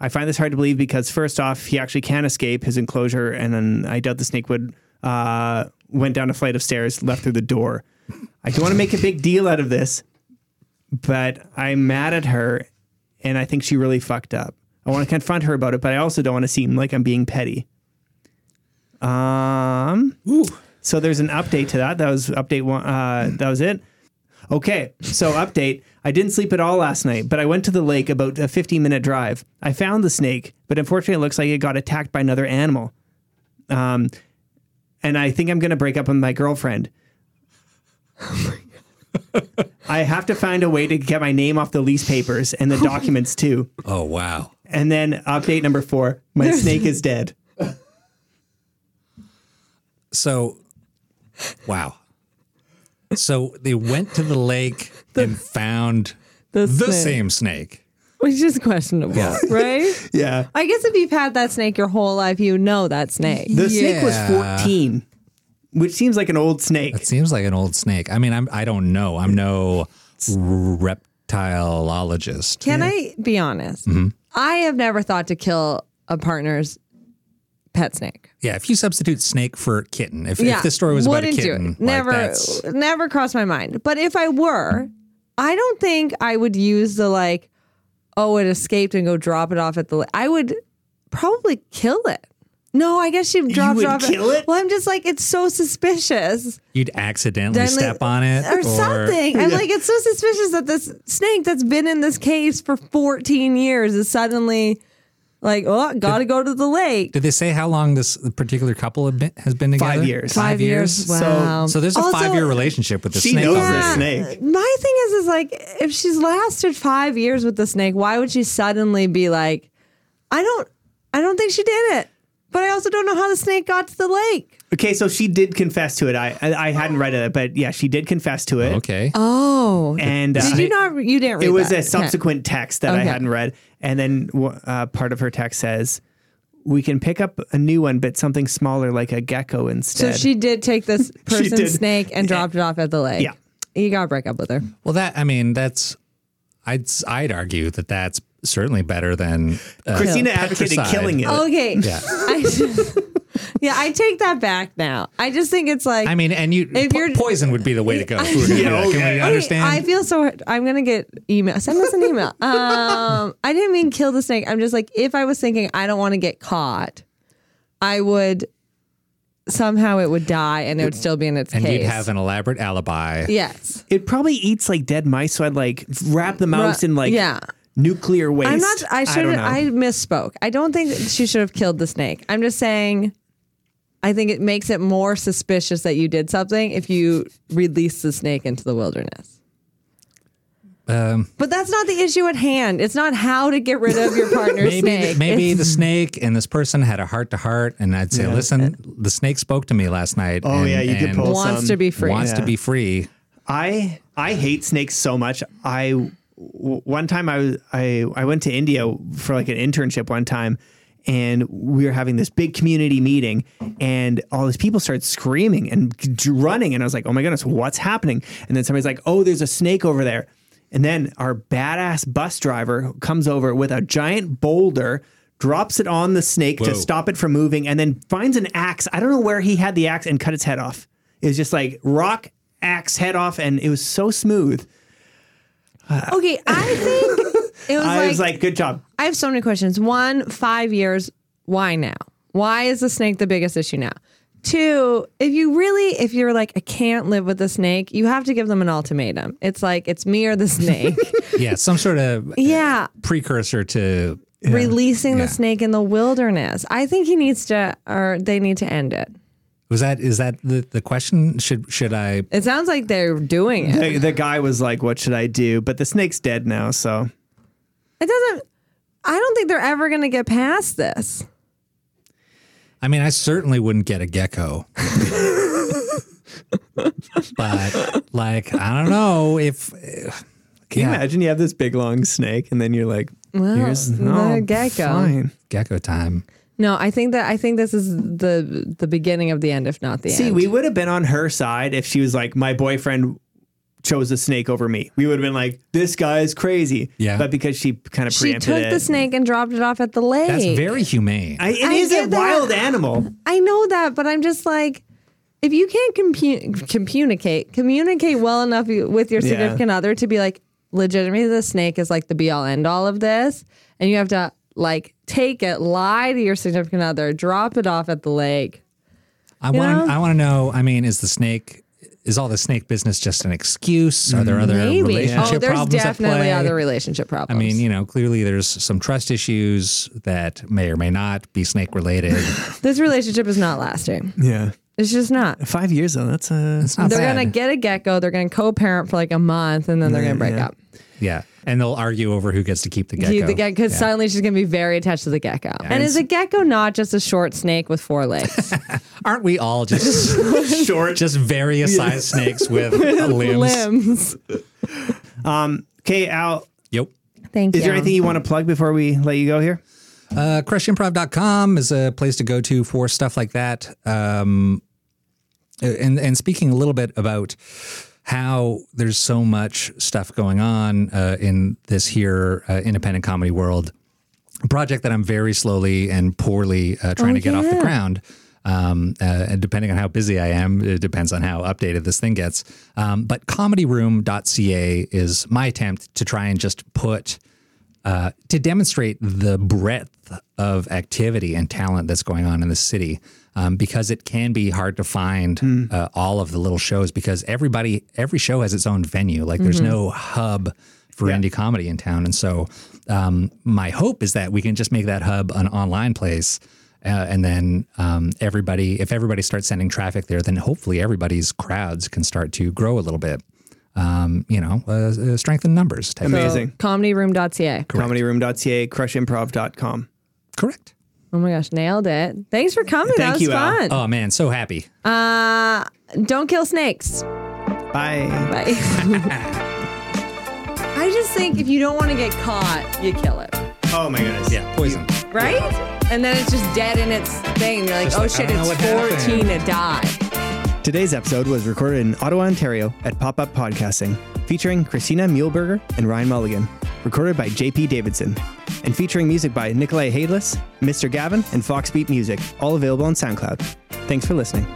B: I find this hard to believe because, first off, he actually can escape his enclosure, and then I doubt the snake would uh, went down a flight of stairs, left through the door. I don't want to make a big deal out of this, but I'm mad at her, and I think she really fucked up. I want to confront her about it, but I also don't want to seem like I'm being petty. Um. So there's an update to that. That was update one. Uh, that was it. Okay, so update. I didn't sleep at all last night, but I went to the lake about a 15 minute drive. I found the snake, but unfortunately, it looks like it got attacked by another animal. Um, and I think I'm going to break up with my girlfriend. [laughs] I have to find a way to get my name off the lease papers and the documents too.
C: Oh wow.
B: And then update number four my snake is dead.
C: So, wow. So they went to the lake and found
A: The,
C: the
A: snake,
C: same snake.
A: Which is questionable, [laughs] right?
B: Yeah.
A: I guess if you've had that snake your whole life, you know that snake.
B: The snake was
C: Yeah.
B: 14, which seems like an old snake.
C: It seems like an old snake. I mean, I'm I don't know. I'm no reptileologist.
A: Can I be honest?
C: Mm-hmm.
A: I have never thought to kill a partner's pet snake.
C: Yeah, if you substitute snake for kitten, if,
A: yeah,
C: if this story was about a
A: wouldn't do
C: kitten,
A: it.
C: like,
A: Never,
C: that's-
A: never crossed my mind. But if I were, I don't think I would use the like, oh, it escaped and go drop it off at the. la-" I would probably kill it. No, I guess she dropped
B: would
A: it off. at-
B: kill it?
A: Well, I'm just like it's so suspicious
C: you'd accidentally
A: Then, like,
C: step on it
A: or, something. I'm like it's so suspicious that this snake that's been in this case for 14 years is suddenly like, oh, gotta go to the lake.
C: Did they say how long this particular couple have been, has been together?
B: Five years.
C: Five, years.
A: Wow.
C: So there's a
A: Also,
C: five year relationship with the
B: She
C: snake.
B: knows
C: already.
B: this
A: Yeah.
B: snake.
A: My thing is, is like, if she's lasted five years with the snake, why would she suddenly be like, I don't, I don't think she did it, but I also don't know how the snake got to the lake.
B: Okay, so she did confess to it. I I, I hadn't read it, but yeah, she did confess to it.
C: Okay.
A: Oh,
B: And uh,
A: did you not? You didn't. Read
B: it was
A: that.
B: a subsequent text that I
A: Okay.
B: hadn't read, and then uh, part of her text says, "We can pick up a new one, but something smaller, like a gecko
A: Okay.
B: instead."
A: So she did take
C: [laughs]
A: this
B: did.
A: person's snake and dropped it off at the lake.
B: Yeah.
A: You gotta break up with her.
C: well, that, I mean, that's, I'd, I'd argue that that's certainly better than. Uh,
B: Christina advocated
C: Petricide.
B: killing it.
A: Okay.
C: yeah.
A: [laughs] I just- yeah, I take that back now. I just think it's like
C: I mean, and you,
A: If
C: po-
A: you're-
C: poison would be the way to go. If we were gonna
B: [laughs] Yeah,
C: do that. Can
B: okay.
C: we
B: Okay,
C: understand?
A: I feel so. I'm gonna get email. Send us an
C: [laughs]
A: email. Um, I didn't mean kill the snake. I'm just like if I was thinking I don't want to get caught, I would somehow it would die and it would still be in its
C: and
A: case.
C: you'd have an elaborate alibi.
A: yes.
B: It probably eats like dead mice, so I'd like wrap the mouse in like
A: yeah.
B: nuclear waste.
A: I'm not. I should.
B: don't know.
A: I, misspoke. I don't think that she should have killed the snake. I'm just saying. I think it makes it more suspicious that you did something if you release the snake into the wilderness. But that's not the issue at hand. It's not how to get rid of your partner's
C: [laughs] Maybe, the,
A: snake.
C: maybe
A: It's-
C: the snake and this person had a heart to heart, and I'd say, "Listen, the snake spoke to me last night.
B: Oh,
C: and,
B: yeah, you did
C: and
B: pull
A: wants
B: some-
A: to be free.
C: Wants to
B: Yeah.
C: be free.
B: I I hate snakes so much. I w- one time I was I I went to India for like an internship one time and we were having this big community meeting and all these people started screaming and d- running and I was like, "Oh my goodness, what's happening?" And then somebody's like, "Oh, there's a snake over there." And then our badass bus driver comes over with a giant boulder Drops it on the snake
C: Whoa.
B: to stop it from moving, and then finds an axe. I don't know where he had the axe and cut its head off. It was just like rock axe head off, and it was so smooth.
A: okay, I think it was,
B: [laughs] I
A: like,
B: was like, good job.
A: I have so many questions. One, five years, why now? Why is the snake the biggest issue now? Two, if you really, if you're like, I can't live with the snake, you have to give them an ultimatum. It's like, it's me or the snake.
C: Yeah, some
A: [laughs]
C: sort of
A: yeah.
C: precursor to
A: Releasing
C: Yeah.
A: the snake in the wilderness. I think he needs to, or they need to end it.
C: was that is that the, the question? Should should I?
A: It sounds like they're doing it.
B: The, the guy was like, what should I do? But the snake's dead now, so
A: It doesn't, I don't think they're ever going to get past this.
C: I mean, I certainly wouldn't get a gecko. but like, I don't know if.
B: can you
C: Yeah.
B: imagine you have this big long snake, and then you're like,
A: Well,
B: here's
A: the
B: no,
A: gecko.
B: Fine.
C: gecko time.
A: No, I think that I think this is the the beginning of the end, if not the
B: See,
A: end.
B: we would have been on her side if she was like, my boyfriend chose a snake over me. We would have been like, this guy is crazy.
C: Yeah.
B: But because she kind of
A: she
B: preempted
A: took
B: it.
A: the snake and dropped it off at the lake.
C: That's very humane.
B: I, it
A: I
B: is a
A: get that.
B: wild animal.
A: I know that, but I'm just like, if you can't compu- communicate communicate well enough with your significant other to be like, legitimately, the snake is like the be all end all of this, and you have to like take it, lie to your significant other, drop it off at the lake.
C: I want.
A: know?
C: I want to know. I mean, is the snake? Is all the snake business just an excuse? Are there other
A: Maybe.
C: relationship
A: Oh, there's
C: problems at
A: definitely
C: play?
A: other relationship problems.
C: I mean, you know, clearly there's some trust issues that may or may not be snake related.
A: [laughs] this relationship is not lasting.
B: Yeah.
A: It's just not.
B: Five years though, that's uh, a.
C: It's not
A: they're
C: bad.
A: gonna get a gecko. They're gonna co-parent for like a month, and then they're gonna break up.
C: yeah, and they'll argue over who gets to keep the gecko.
A: Keep the gecko because suddenly she's gonna be very attached to the gecko. and is a gecko not just a short snake with four legs?
C: Aren't we all just [laughs]
B: Short.
C: just various [laughs] sized snakes with [laughs] limbs?
A: Limbs.
B: Okay, Al,
C: Yep.
A: Thank you.
B: is there anything you want to plug before we let you go here?
C: Uh, crushimprov.com is a place to go to for stuff like that. Um, and, and speaking a little bit about how there's so much stuff going on uh, in this here uh, independent comedy world, a project that I'm very slowly and poorly uh, trying to get off the
A: yeah.
C: ground. Um, uh, and depending on how busy I am, it depends on how updated this thing gets. Um, but comedyroom.ca is my attempt to try and just put uh, to demonstrate the breadth of activity and talent that's going on in the city um, because it can be hard to find uh, all of the little shows because everybody every show has its own venue like there's no hub for indie comedy in town and so um, my hope is that we can just make that hub an online place uh, and then um, everybody if everybody starts sending traffic there then hopefully everybody's crowds can start to grow a little bit um, you know uh, uh, strengthen numbers type of-
B: Amazing.
A: Comedyroom.ca.
B: Comedyroom.ca, crushimprov.com.
C: correct
A: Oh my gosh, nailed it! Thanks for coming.
B: Thank
A: that was
B: you, Al.
A: fun.
C: Oh man, so happy.
A: Uh, don't kill snakes.
B: Bye.
C: [laughs]
A: Bye. I just think if you don't want to get caught, you kill it,
B: Oh my goodness.
C: yeah, poison.
A: right? And then it's just dead in its thing. You're like,
C: Just
A: oh
C: like, I
A: shit,
C: don't know
A: it's
C: what happened."
A: 14 to die.
B: Today's episode was recorded in Ottawa, Ontario at Pop Up Podcasting, featuring Christina Muehlberger and Ryan Mulligan, recorded by JP Davidson, and featuring music by Nikolai Hadeless, Mr. Gavin, and Foxbeat Music, all available on SoundCloud. Thanks for listening.